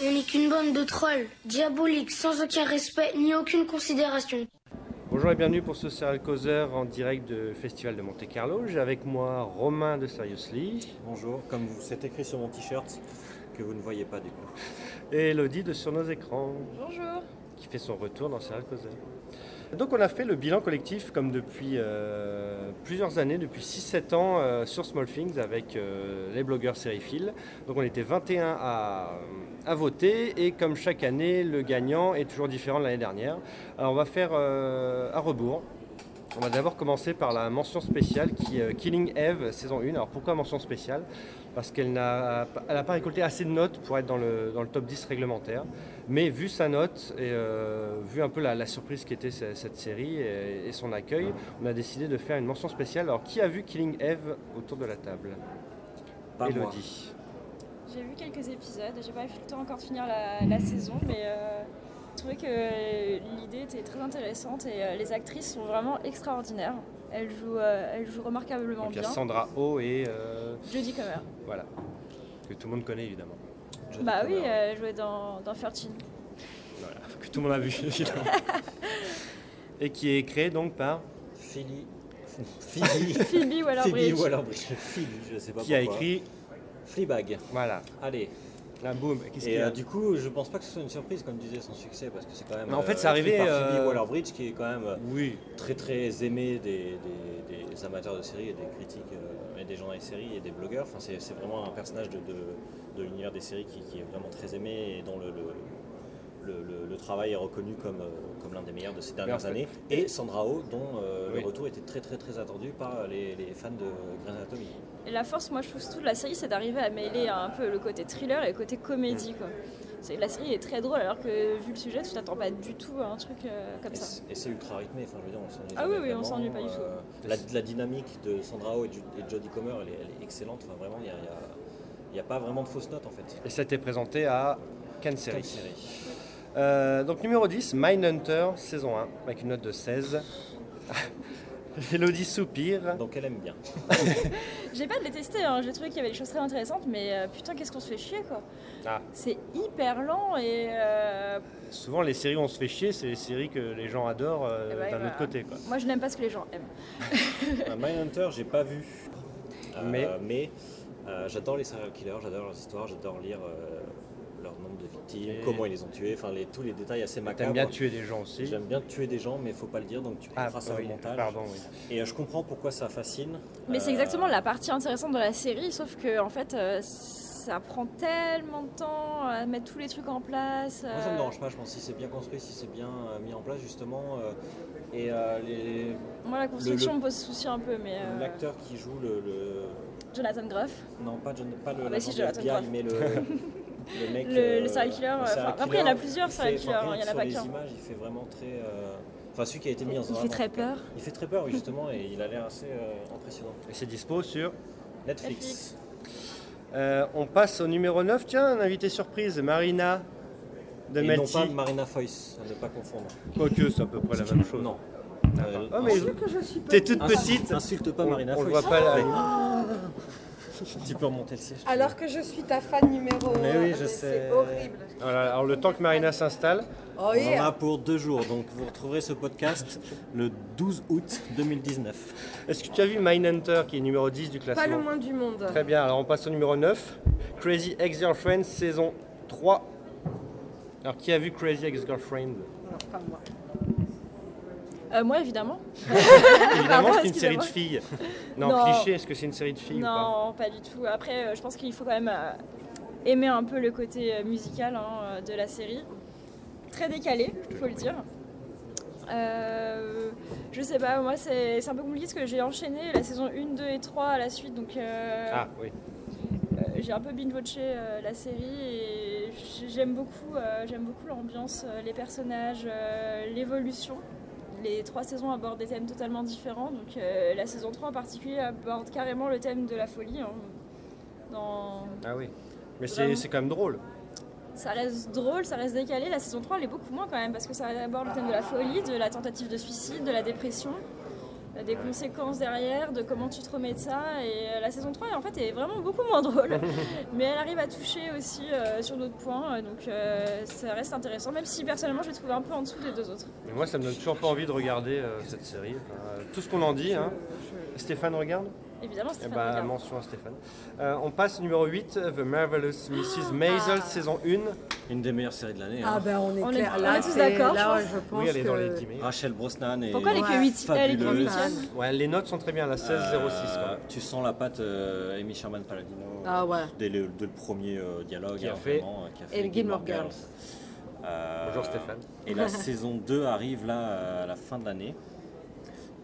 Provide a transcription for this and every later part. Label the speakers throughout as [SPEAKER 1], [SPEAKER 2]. [SPEAKER 1] On n'est qu'une bande de trolls, diaboliques, sans aucun respect ni aucune considération.
[SPEAKER 2] Bonjour et bienvenue pour ce serial causeur en direct du Festival de Monte Carlo. J'ai avec moi Romain de Seriously
[SPEAKER 3] Bonjour, comme vous- c'est écrit sur mon t-shirt que vous ne voyez pas du coup.
[SPEAKER 2] et Elodie de Sur nos écrans
[SPEAKER 4] Bonjour.
[SPEAKER 2] qui fait son retour dans Serial Causeur. Donc on a fait le bilan collectif comme depuis euh, plusieurs années, depuis 6-7 ans euh, sur Small Things avec euh, les blogueurs sériphiles. Donc on était 21 à, à voter et comme chaque année le gagnant est toujours différent de l'année dernière. Alors on va faire euh, à rebours. On va d'abord commencer par la mention spéciale qui est Killing Eve saison 1. Alors pourquoi mention spéciale Parce qu'elle n'a elle n'a pas récolté assez de notes pour être dans le, dans le top 10 réglementaire. Mais vu sa note et euh, vu un peu la, la surprise qu'était ce- cette série et, et son accueil, on a décidé de faire une mention spéciale. Alors qui a vu Killing Eve autour de la table
[SPEAKER 3] Pas moi.
[SPEAKER 2] Elodie.
[SPEAKER 4] J'ai vu quelques épisodes, j'ai pas eu le temps encore de finir la, la saison, mais euh, je trouvais que l'idée était très intéressante et euh, les actrices sont vraiment extraordinaires. Elles jouent, euh, elles jouent remarquablement
[SPEAKER 2] Donc il y a
[SPEAKER 4] bien.
[SPEAKER 2] Sandra Oh et euh,
[SPEAKER 4] Jodie Comer.
[SPEAKER 2] voilà. Que tout le monde connaît évidemment.
[SPEAKER 3] Jodie
[SPEAKER 4] Bah oui, euh.
[SPEAKER 3] Comer.
[SPEAKER 2] hein.
[SPEAKER 4] elle jouait dans, dans 13.
[SPEAKER 2] Voilà, que tout le monde a vu évidemment. Et qui est créé donc par
[SPEAKER 3] Philly. Philly.
[SPEAKER 4] Phoebe
[SPEAKER 3] Philly
[SPEAKER 4] Waller-Bridge.
[SPEAKER 3] Waller-Bridge. Philly, je sais pas
[SPEAKER 2] qui a
[SPEAKER 3] pourquoi.
[SPEAKER 2] écrit
[SPEAKER 3] Fleabag.
[SPEAKER 2] voilà
[SPEAKER 3] Allez.
[SPEAKER 2] la boum. Qu'est-ce qu'il
[SPEAKER 3] Et
[SPEAKER 2] y a
[SPEAKER 3] euh, du coup, je pense pas que ce soit une surprise comme disait son succès parce que c'est quand même.
[SPEAKER 2] Mais en fait,
[SPEAKER 3] euh,
[SPEAKER 2] c'est arrivé,
[SPEAKER 3] écrit par
[SPEAKER 2] euh,
[SPEAKER 3] Phoebe Waller-Bridge qui est quand même euh,
[SPEAKER 2] Oui.
[SPEAKER 3] très très aimé des, des- des amateurs de séries et des critiques euh, et des gens des séries et des blogueurs. Enfin, c'est c'est vraiment un personnage de, de- de l'univers des séries qui, qui est vraiment très aimé et dont le, le- le- le- le travail est reconnu comme, euh, comme l'un des meilleurs de ces dernières
[SPEAKER 2] en fait-
[SPEAKER 3] années. Et Sandra Oh, dont euh,
[SPEAKER 2] Oui.
[SPEAKER 3] le retour était très très très attendu par les, les fans de Grey's Anatomy.
[SPEAKER 4] Et la force, moi je trouve, surtout de la série, c'est d'arriver à mêler un peu le côté thriller et le côté comédie. Quoi. C'est- La série est très drôle, alors que vu le sujet, tu t'attends pas du tout à un truc euh, comme
[SPEAKER 3] Et
[SPEAKER 4] ça.
[SPEAKER 3] c'est- Et c'est ultra rythmé, enfin je veux dire, on s'ennuie
[SPEAKER 4] Ah
[SPEAKER 3] jamais
[SPEAKER 4] oui, oui,
[SPEAKER 3] vraiment.
[SPEAKER 4] on
[SPEAKER 3] euh,
[SPEAKER 4] s'ennuie pas du tout.
[SPEAKER 3] la, la dynamique de Sandra Oh et, Ju- et Jodie Comer, elle est, elle est excellente, enfin vraiment, il n'y a, il y a- il y a pas vraiment de fausses notes en fait.
[SPEAKER 2] Et ça a été présenté à Cannes
[SPEAKER 3] Comme
[SPEAKER 2] Series.
[SPEAKER 3] série.
[SPEAKER 2] Euh, donc numéro 10, Mindhunter, saison 1, avec une note de 16. Elodie soupire.
[SPEAKER 3] Donc elle aime bien.
[SPEAKER 4] J'ai pas détesté, hein. j'ai trouvé qu'il y avait des choses très intéressantes, mais euh, putain, qu'est-ce qu'on se fait chier quoi.
[SPEAKER 2] Ah.
[SPEAKER 4] C'est hyper lent et. euh,
[SPEAKER 2] Souvent les séries où on se fait chier, c'est les séries que les gens adorent euh,
[SPEAKER 4] Eh ben,
[SPEAKER 2] d'un
[SPEAKER 4] voilà.
[SPEAKER 2] autre côté. Quoi.
[SPEAKER 4] moi je n'aime pas ce que les gens aiment.
[SPEAKER 3] Un Mindhunter, j'ai pas vu. Euh,
[SPEAKER 2] Mais-
[SPEAKER 3] mais, euh, j'adore les serial killers, j'adore leurs histoires, j'adore lire euh, leur nombre de victimes,
[SPEAKER 2] Et-
[SPEAKER 3] comment ils les ont tués, enfin les- tous les détails assez
[SPEAKER 2] T'aimes
[SPEAKER 3] macabres.
[SPEAKER 2] bien tuer des gens aussi. Ah, bah
[SPEAKER 3] J'aime bien tuer des gens, mais faut pas le dire, donc tu comprends ça au
[SPEAKER 2] oui,
[SPEAKER 3] montage.
[SPEAKER 2] pardon. oui.
[SPEAKER 3] Et euh, je comprends pourquoi ça fascine.
[SPEAKER 4] Mais c'est
[SPEAKER 3] Euh,
[SPEAKER 4] exactement la partie intéressante de la série, sauf que en fait, euh, ça prend tellement de temps à mettre tous les trucs en place.
[SPEAKER 3] Moi, ça
[SPEAKER 4] euh,
[SPEAKER 3] me dérange pas, je pense, si c'est bien construit, si c'est bien euh, mis en place, justement. euh, et euh, les-
[SPEAKER 4] moi, la construction
[SPEAKER 3] le-
[SPEAKER 4] me pose souci un peu, mais. euh,
[SPEAKER 3] l'acteur qui joue le. le-
[SPEAKER 4] Jonathan Groff.
[SPEAKER 3] Non, pas, John- pas le.
[SPEAKER 4] Ah bah si,
[SPEAKER 3] l'agent
[SPEAKER 4] Jonathan
[SPEAKER 3] FBI,
[SPEAKER 4] Groff.
[SPEAKER 3] mais le. le mec.
[SPEAKER 4] Le-
[SPEAKER 3] euh,
[SPEAKER 4] le serial killer,
[SPEAKER 3] le
[SPEAKER 4] euh,
[SPEAKER 3] serial
[SPEAKER 4] enfin, après, il y en a
[SPEAKER 3] killer,
[SPEAKER 4] plusieurs
[SPEAKER 3] fait-
[SPEAKER 4] serial
[SPEAKER 3] enfin,
[SPEAKER 4] killers,
[SPEAKER 3] rien
[SPEAKER 4] hein, il y en a
[SPEAKER 3] que
[SPEAKER 4] pas
[SPEAKER 3] Sur
[SPEAKER 4] qu'un.
[SPEAKER 3] les images, il fait vraiment très. euh, Enfin, celui qui a été mis en
[SPEAKER 4] Il fait très peur.
[SPEAKER 3] Il fait très peur, oui, justement, et il a l'air assez euh, impressionnant.
[SPEAKER 2] Et c'est dispo sur.
[SPEAKER 3] Netflix.
[SPEAKER 4] Netflix.
[SPEAKER 2] Euh, on passe au numéro 9. Tiens, un invité surprise, Marina de
[SPEAKER 3] Et non
[SPEAKER 2] Melty.
[SPEAKER 3] pas Marina Foïs, à ne pas confondre.
[SPEAKER 2] Quoique, c'est à peu près la même chose.
[SPEAKER 3] Non. Euh, Ah,
[SPEAKER 2] Ah, mais
[SPEAKER 3] insulte-
[SPEAKER 2] t'es toute
[SPEAKER 3] insulte-
[SPEAKER 2] petite.
[SPEAKER 3] Insulte pas
[SPEAKER 2] on,
[SPEAKER 3] Marina
[SPEAKER 2] on le
[SPEAKER 3] Foïs. Ah
[SPEAKER 2] voit pas là.
[SPEAKER 3] Tu peux remonter le siège.
[SPEAKER 5] Alors que je suis ta fan numéro
[SPEAKER 3] Mais
[SPEAKER 5] un, Ah,
[SPEAKER 3] oui, je sais.
[SPEAKER 5] C'est horrible.
[SPEAKER 2] Voilà, alors le temps que Marina s'installe,
[SPEAKER 5] Oh
[SPEAKER 3] On en
[SPEAKER 5] yeah.
[SPEAKER 3] a pour deux jours, donc vous retrouverez ce podcast le 12 août 2019.
[SPEAKER 2] est-ce que tu as vu Mindhunter qui est numéro 10 du classement
[SPEAKER 5] Pas le moins du monde.
[SPEAKER 2] Très bien, alors on passe au numéro 9. Crazy Ex-Girlfriend, saison 3. Alors qui a vu Crazy Ex-Girlfriend
[SPEAKER 5] Non, pas moi.
[SPEAKER 4] Euh, moi, évidemment.
[SPEAKER 5] Ah,
[SPEAKER 2] Évidemment, c'est une
[SPEAKER 4] excusez-moi.
[SPEAKER 2] série de filles. Non,
[SPEAKER 4] Non.
[SPEAKER 2] cliché, est-ce que c'est une série de filles ou
[SPEAKER 4] non, pas du tout. Après, euh, je pense qu'il faut quand même euh, aimer un peu le côté euh, musical hein, euh, de la série. Très décalé, il faut le dire. Euh, je sais pas, moi c'est c'est un peu compliqué parce que j'ai enchaîné la saison 1, 2 et 3 à la suite, donc euh,
[SPEAKER 2] pas Ah oui.
[SPEAKER 4] euh, j'ai un peu binge-watché euh, la série et j- j'aime beaucoup, euh, j'aime beaucoup l'ambiance, euh, les personnages, euh, l'évolution. Les trois saisons abordent des thèmes totalement différents, donc euh, la saison 3 en particulier aborde carrément le thème de la folie. hein. Dans...
[SPEAKER 2] Ah oui. Mais c'est
[SPEAKER 4] Vraiment.
[SPEAKER 2] c'est quand même drôle.
[SPEAKER 4] Ça reste drôle, ça reste décalé. La saison 3 elle est beaucoup moins quand même parce que ça aborde le thème de la folie, de la tentative de suicide, de la dépression. euh, des conséquences derrière, de comment tu te remets de ça. Et euh, la saison 3, en fait, est vraiment beaucoup moins drôle. mais elle arrive à toucher aussi euh, sur d'autres points. Donc euh, ça reste intéressant, même si personnellement, je le trouve un peu en dessous des deux autres.
[SPEAKER 2] Mais moi, ça me donne toujours pas envie de regarder euh, cette série. Enfin, euh, tout ce qu'on en dit. hein. Stéphane regarde
[SPEAKER 4] Évidemment,
[SPEAKER 2] Eh
[SPEAKER 4] Stéphane
[SPEAKER 2] ben,
[SPEAKER 4] Regard.
[SPEAKER 2] mention à Stéphane. Euh, on passe numéro 8, The Marvelous Mrs. Maisel,
[SPEAKER 5] Ah.
[SPEAKER 2] saison 1.
[SPEAKER 3] Une des meilleures séries de l'année. hein.
[SPEAKER 5] Ah ben on est,
[SPEAKER 4] On est-
[SPEAKER 5] clair.
[SPEAKER 4] on
[SPEAKER 5] là,
[SPEAKER 4] est tous
[SPEAKER 5] c'est-
[SPEAKER 4] d'accord,
[SPEAKER 5] Là,
[SPEAKER 4] je
[SPEAKER 5] je pense
[SPEAKER 2] Oui, elle est dans les
[SPEAKER 5] que-
[SPEAKER 2] 10 meilleurs.
[SPEAKER 3] Rachel Brosnan et.
[SPEAKER 4] Pourquoi elle est que
[SPEAKER 5] Ouais.
[SPEAKER 4] huitième Elle est que
[SPEAKER 3] Fabuleuse.
[SPEAKER 4] huitième
[SPEAKER 2] Ouais, les notes sont très bien, la 16-06.
[SPEAKER 3] Euh,
[SPEAKER 2] quoi.
[SPEAKER 3] Tu sens la patte euh, Amy Sherman Paladino
[SPEAKER 5] Ah ouais.
[SPEAKER 3] dès le, dès le premier euh, dialogue.
[SPEAKER 2] Qui a
[SPEAKER 3] hein,
[SPEAKER 2] fait-
[SPEAKER 3] vraiment, euh, qui a
[SPEAKER 5] Et le Gilmore Girls.
[SPEAKER 3] Euh,
[SPEAKER 2] Bonjour Stéphane.
[SPEAKER 3] Et la saison 2 arrive là à la fin de l'année.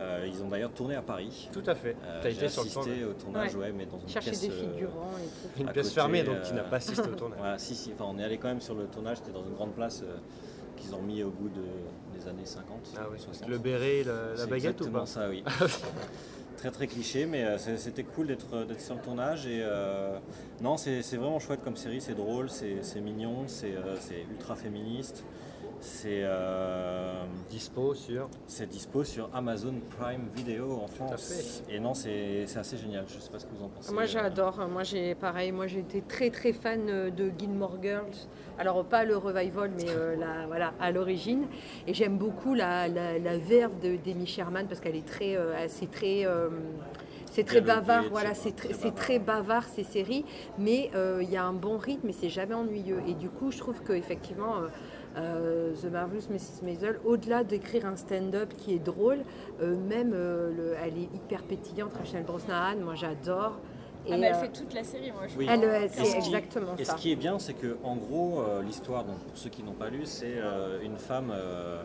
[SPEAKER 3] Euh, ils ont d'ailleurs tourné à Paris.
[SPEAKER 2] Tout à fait.
[SPEAKER 3] Euh,
[SPEAKER 2] T'as
[SPEAKER 3] J'ai
[SPEAKER 2] été sur le
[SPEAKER 3] assisté
[SPEAKER 2] plan.
[SPEAKER 3] au tournage, ouais, mais dans une
[SPEAKER 5] Chercher
[SPEAKER 3] pièce.
[SPEAKER 5] des
[SPEAKER 3] euh,
[SPEAKER 5] figurants et tout.
[SPEAKER 2] Une
[SPEAKER 3] à
[SPEAKER 2] pièce
[SPEAKER 3] côté,
[SPEAKER 2] fermée, donc
[SPEAKER 3] euh,
[SPEAKER 2] tu n'as pas assisté au tournage.
[SPEAKER 3] Voilà, si, si. Enfin, on est allé quand même sur le tournage. C'était dans une grande place euh, qu'ils ont mis au bout de, des années 50.
[SPEAKER 2] Ah oui,
[SPEAKER 3] 60.
[SPEAKER 2] le béret, la, la
[SPEAKER 3] C'est
[SPEAKER 2] baguette ou
[SPEAKER 3] exactement
[SPEAKER 2] pas
[SPEAKER 3] ça, oui. très très cliché, mais euh, c'est- c'était cool d'être d'être sur le tournage. Et euh, non, c'est c'est vraiment chouette comme série, c'est drôle, c'est c'est mignon, c'est euh, c'est ultra féministe. C'est euh,
[SPEAKER 2] Dispo sur.
[SPEAKER 3] c'est dispo sur Amazon Prime Video en
[SPEAKER 2] à
[SPEAKER 3] France. Et non, c'est c'est assez génial. Je sais pas ce que vous en pensez.
[SPEAKER 5] Moi
[SPEAKER 3] Euh,
[SPEAKER 5] j'adore, moi j'ai pareil, moi j'ai été très très fan euh, de Gilmore Girls. Alors pas le revival mais euh, la, voilà, à l'origine. Et j'aime beaucoup la, la, la verve de- d'Amy Sherman parce qu'elle est très, euh, elle- c'est très, euh, c'est très
[SPEAKER 3] Dialoguée,
[SPEAKER 5] bavard,
[SPEAKER 3] etc.
[SPEAKER 5] voilà, c'est tr-
[SPEAKER 3] Très
[SPEAKER 5] c'est très
[SPEAKER 3] bavard.
[SPEAKER 5] bavard ces séries, mais euh, il y a un bon rythme et c'est jamais ennuyeux. Et du coup je trouve que effectivement euh, euh, The Marvelous Mrs. Maisel, au-delà d'écrire un stand-up qui est drôle, euh, même euh, le- elle est hyper pétillante, Rachel Brosnahan, moi j'adore. Et,
[SPEAKER 4] Ah, mais elle
[SPEAKER 5] euh,
[SPEAKER 4] fait toute la série, moi, je
[SPEAKER 3] Oui.
[SPEAKER 4] trouve.
[SPEAKER 5] elle, euh,
[SPEAKER 3] Et
[SPEAKER 5] c'est
[SPEAKER 3] ce qui-
[SPEAKER 5] exactement
[SPEAKER 3] Et
[SPEAKER 5] ça.
[SPEAKER 3] ce qui est bien, c'est que en gros, euh, l'histoire, donc pour ceux qui n'ont pas lu, c'est euh, une femme. euh,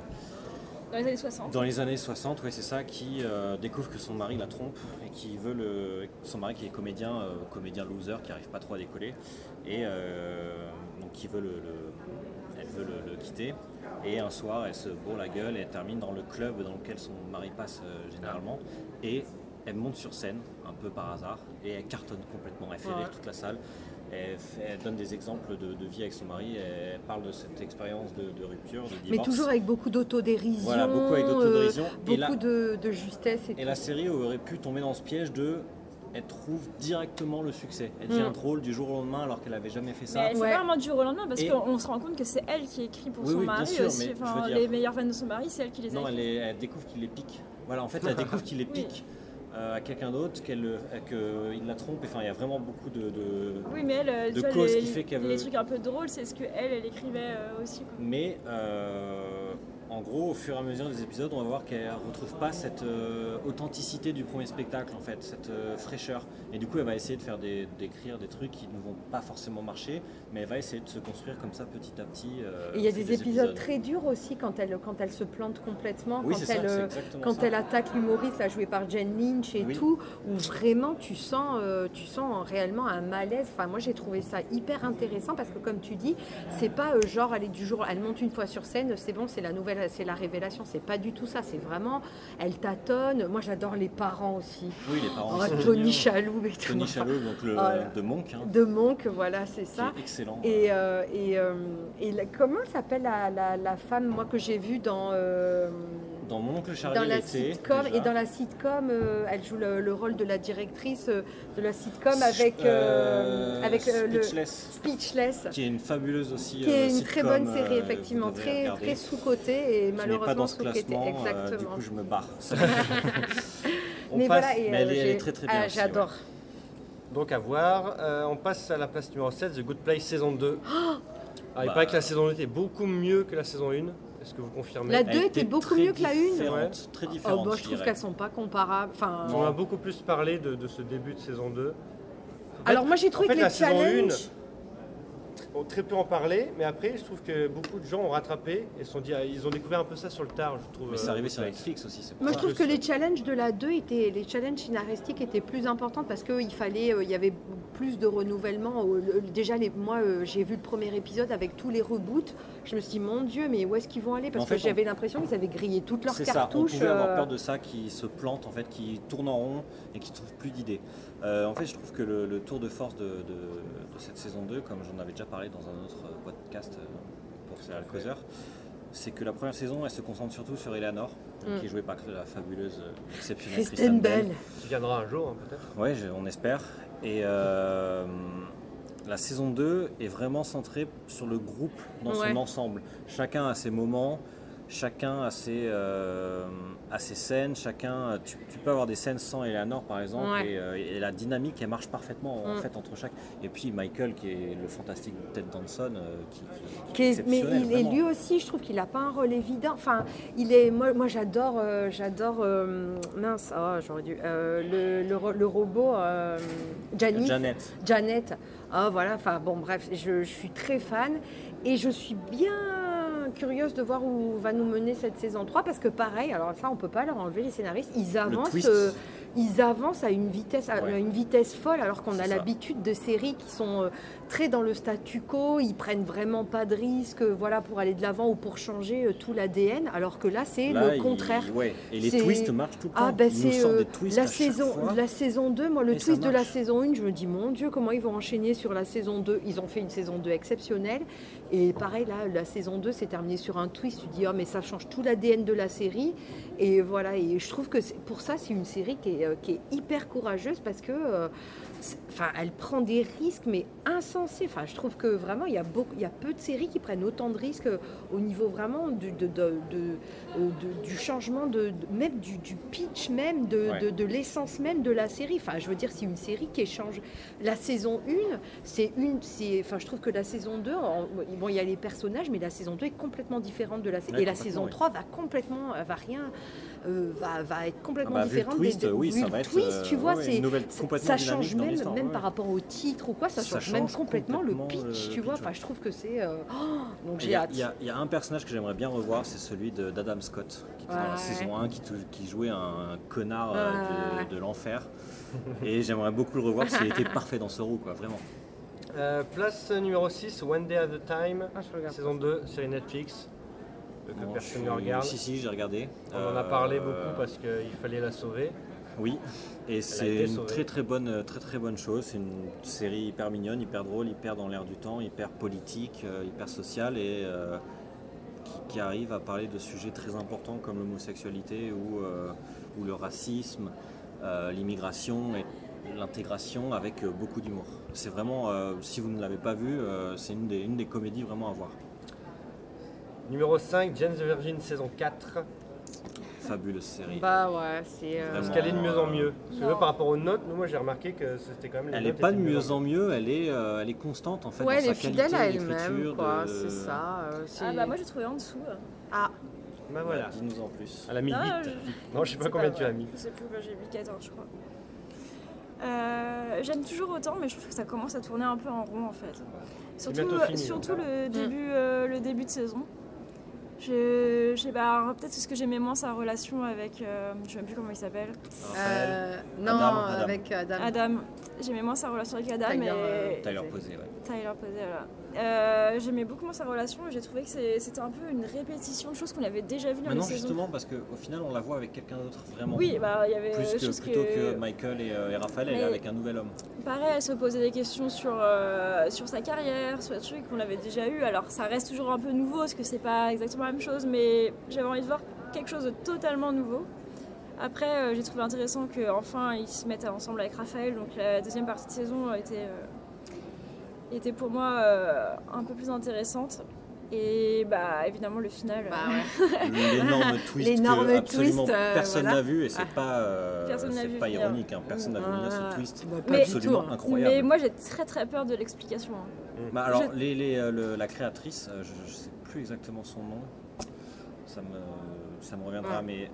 [SPEAKER 4] Dans les années 60.
[SPEAKER 3] Dans les années 60, ouais, c'est ça, qui euh, découvre que son mari la trompe et qui veut le. Son mari qui est comédien, euh, comédien loser, qui arrive pas trop à décoller, et euh, donc qui veut le. le- elle veut le, le quitter. Et un soir, elle se bourre la gueule et elle termine dans le club dans lequel son mari passe euh, généralement. Et elle monte sur scène, un peu par hasard, et elle cartonne complètement. Elle fait
[SPEAKER 5] Ouais.
[SPEAKER 3] rire toute la salle. Elle, fait- elle donne des exemples de, de vie avec son mari. Elle parle de cette expérience de, de rupture, de divorce.
[SPEAKER 5] Mais toujours avec beaucoup d'autodérision.
[SPEAKER 3] Voilà, beaucoup avec
[SPEAKER 5] euh,
[SPEAKER 3] d'autodérision. et
[SPEAKER 5] beaucoup
[SPEAKER 3] là,
[SPEAKER 5] de, de justesse et,
[SPEAKER 3] et
[SPEAKER 5] tout.
[SPEAKER 3] la série aurait pu tomber dans ce piège de elle trouve directement le succès. Elle
[SPEAKER 5] Mm.
[SPEAKER 3] devient drôle du jour au lendemain alors qu'elle n'avait jamais fait
[SPEAKER 4] Mais
[SPEAKER 3] ça.
[SPEAKER 4] elle, c'est
[SPEAKER 5] Ouais.
[SPEAKER 4] pas vraiment du jour au lendemain parce
[SPEAKER 3] Et-
[SPEAKER 4] qu'on se rend compte que c'est elle qui écrit pour
[SPEAKER 3] Oui,
[SPEAKER 4] son
[SPEAKER 3] oui, bien
[SPEAKER 4] mari
[SPEAKER 3] sûr,
[SPEAKER 4] aussi.
[SPEAKER 3] mais je
[SPEAKER 4] Enfin,
[SPEAKER 3] veux dire-
[SPEAKER 4] les meilleurs fans de son mari, c'est elle qui les a
[SPEAKER 3] non,
[SPEAKER 4] écrits.
[SPEAKER 3] elle, est- elle découvre qu'il les pique. Voilà, en fait, elle découvre qu'il les
[SPEAKER 4] Oui.
[SPEAKER 3] pique euh, à quelqu'un d'autre, qu'elle le- euh, qu'il la trompe. Enfin, il y a vraiment beaucoup de. de-
[SPEAKER 4] Oui, mais elle, euh,
[SPEAKER 3] De
[SPEAKER 4] tu vois,
[SPEAKER 3] cause
[SPEAKER 4] les,
[SPEAKER 3] qui fait qu'elle
[SPEAKER 4] les
[SPEAKER 3] veut-
[SPEAKER 4] trucs un peu drôles, c'est ce que elle, elle écrivait euh, aussi. quoi.
[SPEAKER 3] Mais euh, en gros, au fur et à mesure des épisodes, on va voir qu'elle retrouve pas cette euh, authenticité du premier spectacle, en fait, cette euh, fraîcheur. Et du coup, elle va essayer de faire des, d'écrire des trucs qui ne vont pas forcément marcher, mais elle va essayer de se construire comme ça petit à petit. euh,
[SPEAKER 5] Et il y a
[SPEAKER 3] au fil
[SPEAKER 5] des épisodes très durs aussi quand elle, quand elle se plante complètement,
[SPEAKER 3] Oui,
[SPEAKER 5] quand,
[SPEAKER 3] c'est ça,
[SPEAKER 5] elle,
[SPEAKER 3] c'est
[SPEAKER 5] euh,
[SPEAKER 3] exactement
[SPEAKER 5] quand
[SPEAKER 3] ça.
[SPEAKER 5] elle attaque l'humoriste, là joué par Jen Lynch et
[SPEAKER 3] Oui.
[SPEAKER 5] tout, où vraiment tu sens, euh, tu sens réellement un malaise. Enfin, moi j'ai trouvé ça hyper intéressant parce que comme tu dis, c'est pas euh, genre elle est du jour, elle monte une fois sur scène, c'est bon, c'est la nouvelle, c'est la révélation. C'est pas du tout ça. C'est vraiment, elle tâtonne. Moi j'adore les parents aussi.
[SPEAKER 3] Oui, les parents.
[SPEAKER 5] Oh,
[SPEAKER 3] sont géniaux.
[SPEAKER 5] Tony Chaloux et tout.
[SPEAKER 3] Tony Chalot, donc le
[SPEAKER 5] Voilà.
[SPEAKER 3] de Monk, hein,
[SPEAKER 5] De Monk, voilà, c'est
[SPEAKER 3] qui
[SPEAKER 5] ça.
[SPEAKER 3] est excellent.
[SPEAKER 5] Et, euh, et, euh, et la- comment s'appelle la, la- la femme, moi, que j'ai vue dans, euh,
[SPEAKER 3] dans Mon oncle Charlie
[SPEAKER 5] dans la
[SPEAKER 3] l'été,
[SPEAKER 5] sitcom
[SPEAKER 3] déjà.
[SPEAKER 5] Et dans la sitcom, euh, elle joue le, le rôle de la directrice euh, de la sitcom
[SPEAKER 3] Sp-
[SPEAKER 5] avec, euh,
[SPEAKER 3] euh,
[SPEAKER 5] avec euh, le
[SPEAKER 3] Speechless,
[SPEAKER 5] Speechless,
[SPEAKER 3] qui est une fabuleuse aussi.
[SPEAKER 5] qui est
[SPEAKER 3] euh,
[SPEAKER 5] une très
[SPEAKER 3] sitcom,
[SPEAKER 5] bonne série,
[SPEAKER 3] euh,
[SPEAKER 5] effectivement,
[SPEAKER 3] vous devez
[SPEAKER 5] très,
[SPEAKER 3] regarder.
[SPEAKER 5] très sous-cotée et
[SPEAKER 3] qui n'est
[SPEAKER 5] malheureusement
[SPEAKER 3] pas dans ce
[SPEAKER 5] sous-cotée.
[SPEAKER 3] classement, euh, du
[SPEAKER 5] Exactement.
[SPEAKER 3] coup je me barre. On
[SPEAKER 5] mais
[SPEAKER 3] passe,
[SPEAKER 5] voilà, et,
[SPEAKER 3] mais elle,
[SPEAKER 5] euh,
[SPEAKER 3] est- elle
[SPEAKER 5] j'ai-
[SPEAKER 3] est très très bien.
[SPEAKER 5] Ah,
[SPEAKER 3] aussi,
[SPEAKER 5] J'adore.
[SPEAKER 3] ouais.
[SPEAKER 2] Donc à voir. Euh, on passe à la place numéro 7, The Good Place saison 2. Alors, il
[SPEAKER 3] Bah.
[SPEAKER 2] paraît que la saison 2 était beaucoup mieux que la saison 1. Est-ce que vous confirmez
[SPEAKER 5] La-
[SPEAKER 3] Elle
[SPEAKER 5] Deux
[SPEAKER 3] était
[SPEAKER 5] était beaucoup
[SPEAKER 3] très
[SPEAKER 5] mieux que la une.
[SPEAKER 3] différente, Très
[SPEAKER 5] Oh,
[SPEAKER 3] différente.
[SPEAKER 5] moi, je trouve
[SPEAKER 3] dirais.
[SPEAKER 5] qu'elles sont pas comparables. Enfin,
[SPEAKER 2] On a beaucoup plus parlé de, de ce début de saison 2.
[SPEAKER 5] alors moi j'ai trouvé
[SPEAKER 2] fait,
[SPEAKER 5] que
[SPEAKER 2] la
[SPEAKER 5] les
[SPEAKER 2] saison
[SPEAKER 5] challenges.
[SPEAKER 2] On très peu en parlé, mais après, je trouve que beaucoup de gens ont rattrapé et se sont dit, ah, ils ont découvert un peu ça sur le tard, je trouve.
[SPEAKER 3] Mais c'est
[SPEAKER 2] euh,
[SPEAKER 3] arrivé
[SPEAKER 2] Good
[SPEAKER 3] sur
[SPEAKER 2] Place.
[SPEAKER 3] Netflix aussi, c'est pour
[SPEAKER 5] Moi, je
[SPEAKER 3] ça.
[SPEAKER 5] trouve que les challenges de la 2 étaient, les challenges scénaristiques étaient plus importants parce qu'il fallait, euh, il y avait plus de renouvellement. Euh, le- Déjà, les, moi, euh, j'ai vu le premier épisode avec tous les reboots. Je me suis dit, mon Dieu, mais où est-ce qu'ils vont aller Parce
[SPEAKER 3] Mais en fait,
[SPEAKER 5] que j'avais l'impression qu'ils avaient grillé toutes leurs
[SPEAKER 3] C'est ça, on
[SPEAKER 5] cartouches.
[SPEAKER 3] pouvait avoir
[SPEAKER 5] euh,
[SPEAKER 3] peur de ça qui se plante en fait, qui tourne en rond et qui ne trouve plus d'idées. Euh, en fait, je trouve que le, le tour de force de, de- euh, de cette saison 2, comme j'en avais déjà parlé dans un autre podcast euh, pour Serial Causeur, c'est que la première saison, elle se concentre surtout sur Eleanor, donc,
[SPEAKER 5] Mm.
[SPEAKER 3] qui est jouée par la fabuleuse, euh, exceptionnelle
[SPEAKER 5] Kristen Bell.
[SPEAKER 2] Qui viendra un jour, hein, peut-être.
[SPEAKER 3] Oui, on espère. Et euh, la saison 2 est vraiment centrée sur le groupe dans
[SPEAKER 5] Ouais.
[SPEAKER 3] son ensemble. Chacun a ses moments, chacun a ses, euh, a ses scènes, chacun. Tu, tu peux avoir des scènes sans Eleanor par exemple,
[SPEAKER 5] Ouais.
[SPEAKER 3] et, euh, et la dynamique elle marche parfaitement en
[SPEAKER 5] Mm.
[SPEAKER 3] fait entre chaque. Et puis Michael qui est le fantastique Ted Danson, euh, qui, qui- qui
[SPEAKER 5] Qui
[SPEAKER 3] est
[SPEAKER 5] est- mais
[SPEAKER 3] exceptionnel,
[SPEAKER 5] il est
[SPEAKER 3] vraiment.
[SPEAKER 5] lui aussi, je trouve qu'il n'a pas un rôle évident. Enfin, il est, moi, moi, j'adore, euh, j'adore euh, mince, oh, j'aurais dû, euh, le, le ro- le robot euh, Janis.
[SPEAKER 3] Janet.
[SPEAKER 5] Janet. Ah, voilà, enfin bon, bref, je, je suis très fan et je suis bien curieuse de voir où va nous mener cette saison 3 parce que pareil, alors ça on peut pas leur enlever les scénaristes, ils avancent,
[SPEAKER 3] twist.
[SPEAKER 5] euh, ils avancent à une vitesse, à
[SPEAKER 3] Ouais.
[SPEAKER 5] une vitesse folle alors qu'on
[SPEAKER 3] C'est
[SPEAKER 5] a
[SPEAKER 3] ça.
[SPEAKER 5] l'habitude de séries qui sont euh, très dans le statu quo, ils prennent vraiment pas de risques, euh, voilà pour aller de l'avant ou pour changer euh, tout l'ADN, alors que là c'est
[SPEAKER 3] Là,
[SPEAKER 5] le
[SPEAKER 3] il-
[SPEAKER 5] contraire.
[SPEAKER 3] ouais. Et les
[SPEAKER 5] C'est-
[SPEAKER 3] twists marchent tout le temps.
[SPEAKER 5] Ah ben
[SPEAKER 3] Ils nous
[SPEAKER 5] c'est
[SPEAKER 3] sortent
[SPEAKER 5] euh,
[SPEAKER 3] des twists à
[SPEAKER 5] la
[SPEAKER 3] chaque
[SPEAKER 5] saison
[SPEAKER 3] fois.
[SPEAKER 5] la saison 2 moi le
[SPEAKER 3] Et ça
[SPEAKER 5] twist de la
[SPEAKER 3] marche.
[SPEAKER 5] saison 1 je me dis mon dieu comment ils vont enchaîner sur la saison 2 ils ont fait une saison 2 exceptionnelle et pareil là la saison 2 s'est terminée sur un twist tu dis oh mais ça change tout l'ADN de la série et voilà et je trouve que c'est- pour ça c'est une série qui est, euh, qui est hyper courageuse parce que euh, c'est- enfin elle prend des risques mais insensés enfin je trouve que vraiment il y a beaucoup il y a peu de séries qui prennent autant de risques euh, au niveau vraiment du, de- de- de- euh, de- du changement de, de- même du, du pitch même de,
[SPEAKER 3] Ouais.
[SPEAKER 5] de- de l'essence même de la série enfin je veux dire c'est une série qui échange la saison 1 c'est une c'est enfin je trouve que la saison 2 en- bon il y a les personnages mais la saison 2 est complètement différente de la saison
[SPEAKER 3] Ouais,
[SPEAKER 5] et la
[SPEAKER 3] complètement,
[SPEAKER 5] saison
[SPEAKER 3] oui.
[SPEAKER 5] 3 va complètement va rien euh, va, va être complètement
[SPEAKER 3] Ah bah, vu le
[SPEAKER 5] différente des-
[SPEAKER 3] twist,
[SPEAKER 5] de-
[SPEAKER 3] oui,
[SPEAKER 5] vu
[SPEAKER 3] ça
[SPEAKER 5] le
[SPEAKER 3] va être,
[SPEAKER 5] twist,
[SPEAKER 3] euh,
[SPEAKER 5] tu vois
[SPEAKER 3] ouais,
[SPEAKER 5] c'est
[SPEAKER 3] une nouvelle
[SPEAKER 5] c'est-
[SPEAKER 3] complètement
[SPEAKER 5] ça
[SPEAKER 3] dynamique
[SPEAKER 5] change
[SPEAKER 3] dans
[SPEAKER 5] même
[SPEAKER 3] l'histoire,
[SPEAKER 5] même
[SPEAKER 3] ouais.
[SPEAKER 5] par rapport au titre ou quoi ça
[SPEAKER 3] Ça
[SPEAKER 5] change,
[SPEAKER 3] change
[SPEAKER 5] même complètement,
[SPEAKER 3] complètement
[SPEAKER 5] le
[SPEAKER 3] le
[SPEAKER 5] pitch tu
[SPEAKER 3] pitch,
[SPEAKER 5] vois
[SPEAKER 3] ouais.
[SPEAKER 5] enfin je trouve que c'est euh, oh, donc
[SPEAKER 3] Et Il y,
[SPEAKER 5] j'ai
[SPEAKER 3] a-
[SPEAKER 5] hâte
[SPEAKER 3] il y a- il y a un personnage que j'aimerais bien revoir, c'est celui de- d'Adam Scott, qui était dans
[SPEAKER 5] Ouais.
[SPEAKER 3] la saison 1, qui, tou- qui jouait un connard euh,
[SPEAKER 5] Ouais.
[SPEAKER 3] de, de l'enfer. Et j'aimerais beaucoup le revoir parce qu'il était parfait dans ce rôle, quoi, vraiment.
[SPEAKER 2] Euh, place numéro 6, One Day at a Time,
[SPEAKER 5] Ah, je regarde.
[SPEAKER 2] saison 2, série Netflix, que
[SPEAKER 3] Bon, je
[SPEAKER 2] personne
[SPEAKER 3] suis-
[SPEAKER 2] ne regarde.
[SPEAKER 3] Si, si, j'ai regardé.
[SPEAKER 2] On en a
[SPEAKER 3] Euh,
[SPEAKER 2] parlé beaucoup parce qu'il fallait la sauver.
[SPEAKER 3] Oui, et
[SPEAKER 2] été
[SPEAKER 3] c'est une
[SPEAKER 2] sauvée.
[SPEAKER 3] très très bonne, très très bonne chose. C'est une série hyper mignonne, hyper drôle, hyper dans l'air du temps, hyper politique, euh, hyper sociale et euh, qui, qui arrive à parler de sujets très importants comme l'homosexualité ou, euh, ou le racisme, euh, l'immigration et l'intégration avec euh, beaucoup d'humour. C'est vraiment, euh, si vous ne l'avez pas vu, euh, c'est une des, une des comédies vraiment à voir.
[SPEAKER 2] Numéro 5, Jane the Virgin, saison 4.
[SPEAKER 3] Fabuleuse série.
[SPEAKER 5] bah ouais c'est euh,
[SPEAKER 2] Parce
[SPEAKER 3] Vraiment.
[SPEAKER 2] qu'elle est de mieux en mieux. Parce que
[SPEAKER 4] Non.
[SPEAKER 2] par rapport aux notes, nous, moi j'ai remarqué que c'était quand même. les
[SPEAKER 3] Elle n'est
[SPEAKER 2] notes
[SPEAKER 3] pas de
[SPEAKER 2] étaient
[SPEAKER 3] mieux en mieux, elle est, euh, elle est constante en fait.
[SPEAKER 5] ouais
[SPEAKER 3] dans
[SPEAKER 5] elle
[SPEAKER 3] sa
[SPEAKER 5] est fidèle
[SPEAKER 3] qualité
[SPEAKER 5] à
[SPEAKER 3] d'écriture,
[SPEAKER 5] elle-même quoi
[SPEAKER 3] de-
[SPEAKER 5] c'est ça euh, c'est-
[SPEAKER 4] Ah bah moi j'ai trouvé en dessous.
[SPEAKER 5] Ah,
[SPEAKER 2] Bah voilà.
[SPEAKER 3] Dis-nous en plus.
[SPEAKER 2] Elle a mis 8.
[SPEAKER 4] Ah,
[SPEAKER 2] Non, je sais pas
[SPEAKER 4] C'est
[SPEAKER 2] combien tu
[SPEAKER 4] vrai.
[SPEAKER 2] as mis.
[SPEAKER 4] Je sais plus, moi, j'ai mis 14 je crois. Euh, J'aime toujours autant, mais je trouve que ça commence à tourner un peu en rond en fait. Surtout, euh,
[SPEAKER 2] bientôt fini,
[SPEAKER 4] surtout
[SPEAKER 2] donc,
[SPEAKER 4] le, début, euh, le début de saison. Je, je sais pas, alors, peut-être ce que j'aimais moins sa relation avec, euh, je sais même plus comment il s'appelle,
[SPEAKER 5] euh, non,
[SPEAKER 3] Adam, Adam.
[SPEAKER 5] avec Adam.
[SPEAKER 4] Adam. J'aimais moins sa relation avec Adam
[SPEAKER 5] Tyler,
[SPEAKER 4] et
[SPEAKER 5] euh,
[SPEAKER 3] Tyler Posey, ouais.
[SPEAKER 4] Tyler Posey, voilà. Euh, J'aimais beaucoup moins sa relation et j'ai trouvé que c'est- c'était un peu une répétition de choses qu'on avait déjà vues dans les
[SPEAKER 3] Maintenant,
[SPEAKER 4] saisons.
[SPEAKER 3] Bah justement, parce qu'au final, on la voit avec quelqu'un d'autre vraiment.
[SPEAKER 4] Oui, bah il y avait
[SPEAKER 5] euh,
[SPEAKER 3] plus
[SPEAKER 4] des
[SPEAKER 3] que,
[SPEAKER 4] choses
[SPEAKER 3] plutôt que Michael et, euh, et Raphaël, elle
[SPEAKER 4] Mais-
[SPEAKER 3] est avec un nouvel homme.
[SPEAKER 4] Pareil, elle se posait des questions sur, euh, sur sa carrière, sur des trucs qu'on avait déjà eu. Alors ça reste toujours un peu nouveau, parce que c'est pas exactement la même chose, mais j'avais envie de voir quelque chose de totalement nouveau. Après, euh, j'ai trouvé intéressant qu'enfin ils se mettent ensemble avec Raphaël, donc la deuxième partie de saison était, euh, était pour moi euh, un peu plus intéressante. Et bah évidemment le final, euh,
[SPEAKER 5] Bah ouais.
[SPEAKER 3] L'énorme twist
[SPEAKER 5] L'énorme
[SPEAKER 3] que absolument
[SPEAKER 5] twist, euh,
[SPEAKER 3] personne
[SPEAKER 5] voilà.
[SPEAKER 3] n'a vu, et c'est pas, euh,
[SPEAKER 4] Personne n'a
[SPEAKER 3] c'est
[SPEAKER 4] vu
[SPEAKER 3] pas
[SPEAKER 4] venir.
[SPEAKER 3] ironique, hein, personne n'a vu venir
[SPEAKER 5] Ah,
[SPEAKER 3] ce twist.
[SPEAKER 5] bah,
[SPEAKER 4] Mais-
[SPEAKER 3] absolument
[SPEAKER 5] tout, hein.
[SPEAKER 3] incroyable.
[SPEAKER 4] Mais moi j'ai très très peur de l'explication. hein.
[SPEAKER 3] Bah, alors,
[SPEAKER 4] je-
[SPEAKER 3] les- les, euh, le- la créatrice, euh, je, je sais plus exactement son nom, ça me, ça me reviendra,
[SPEAKER 5] Ouais.
[SPEAKER 3] mais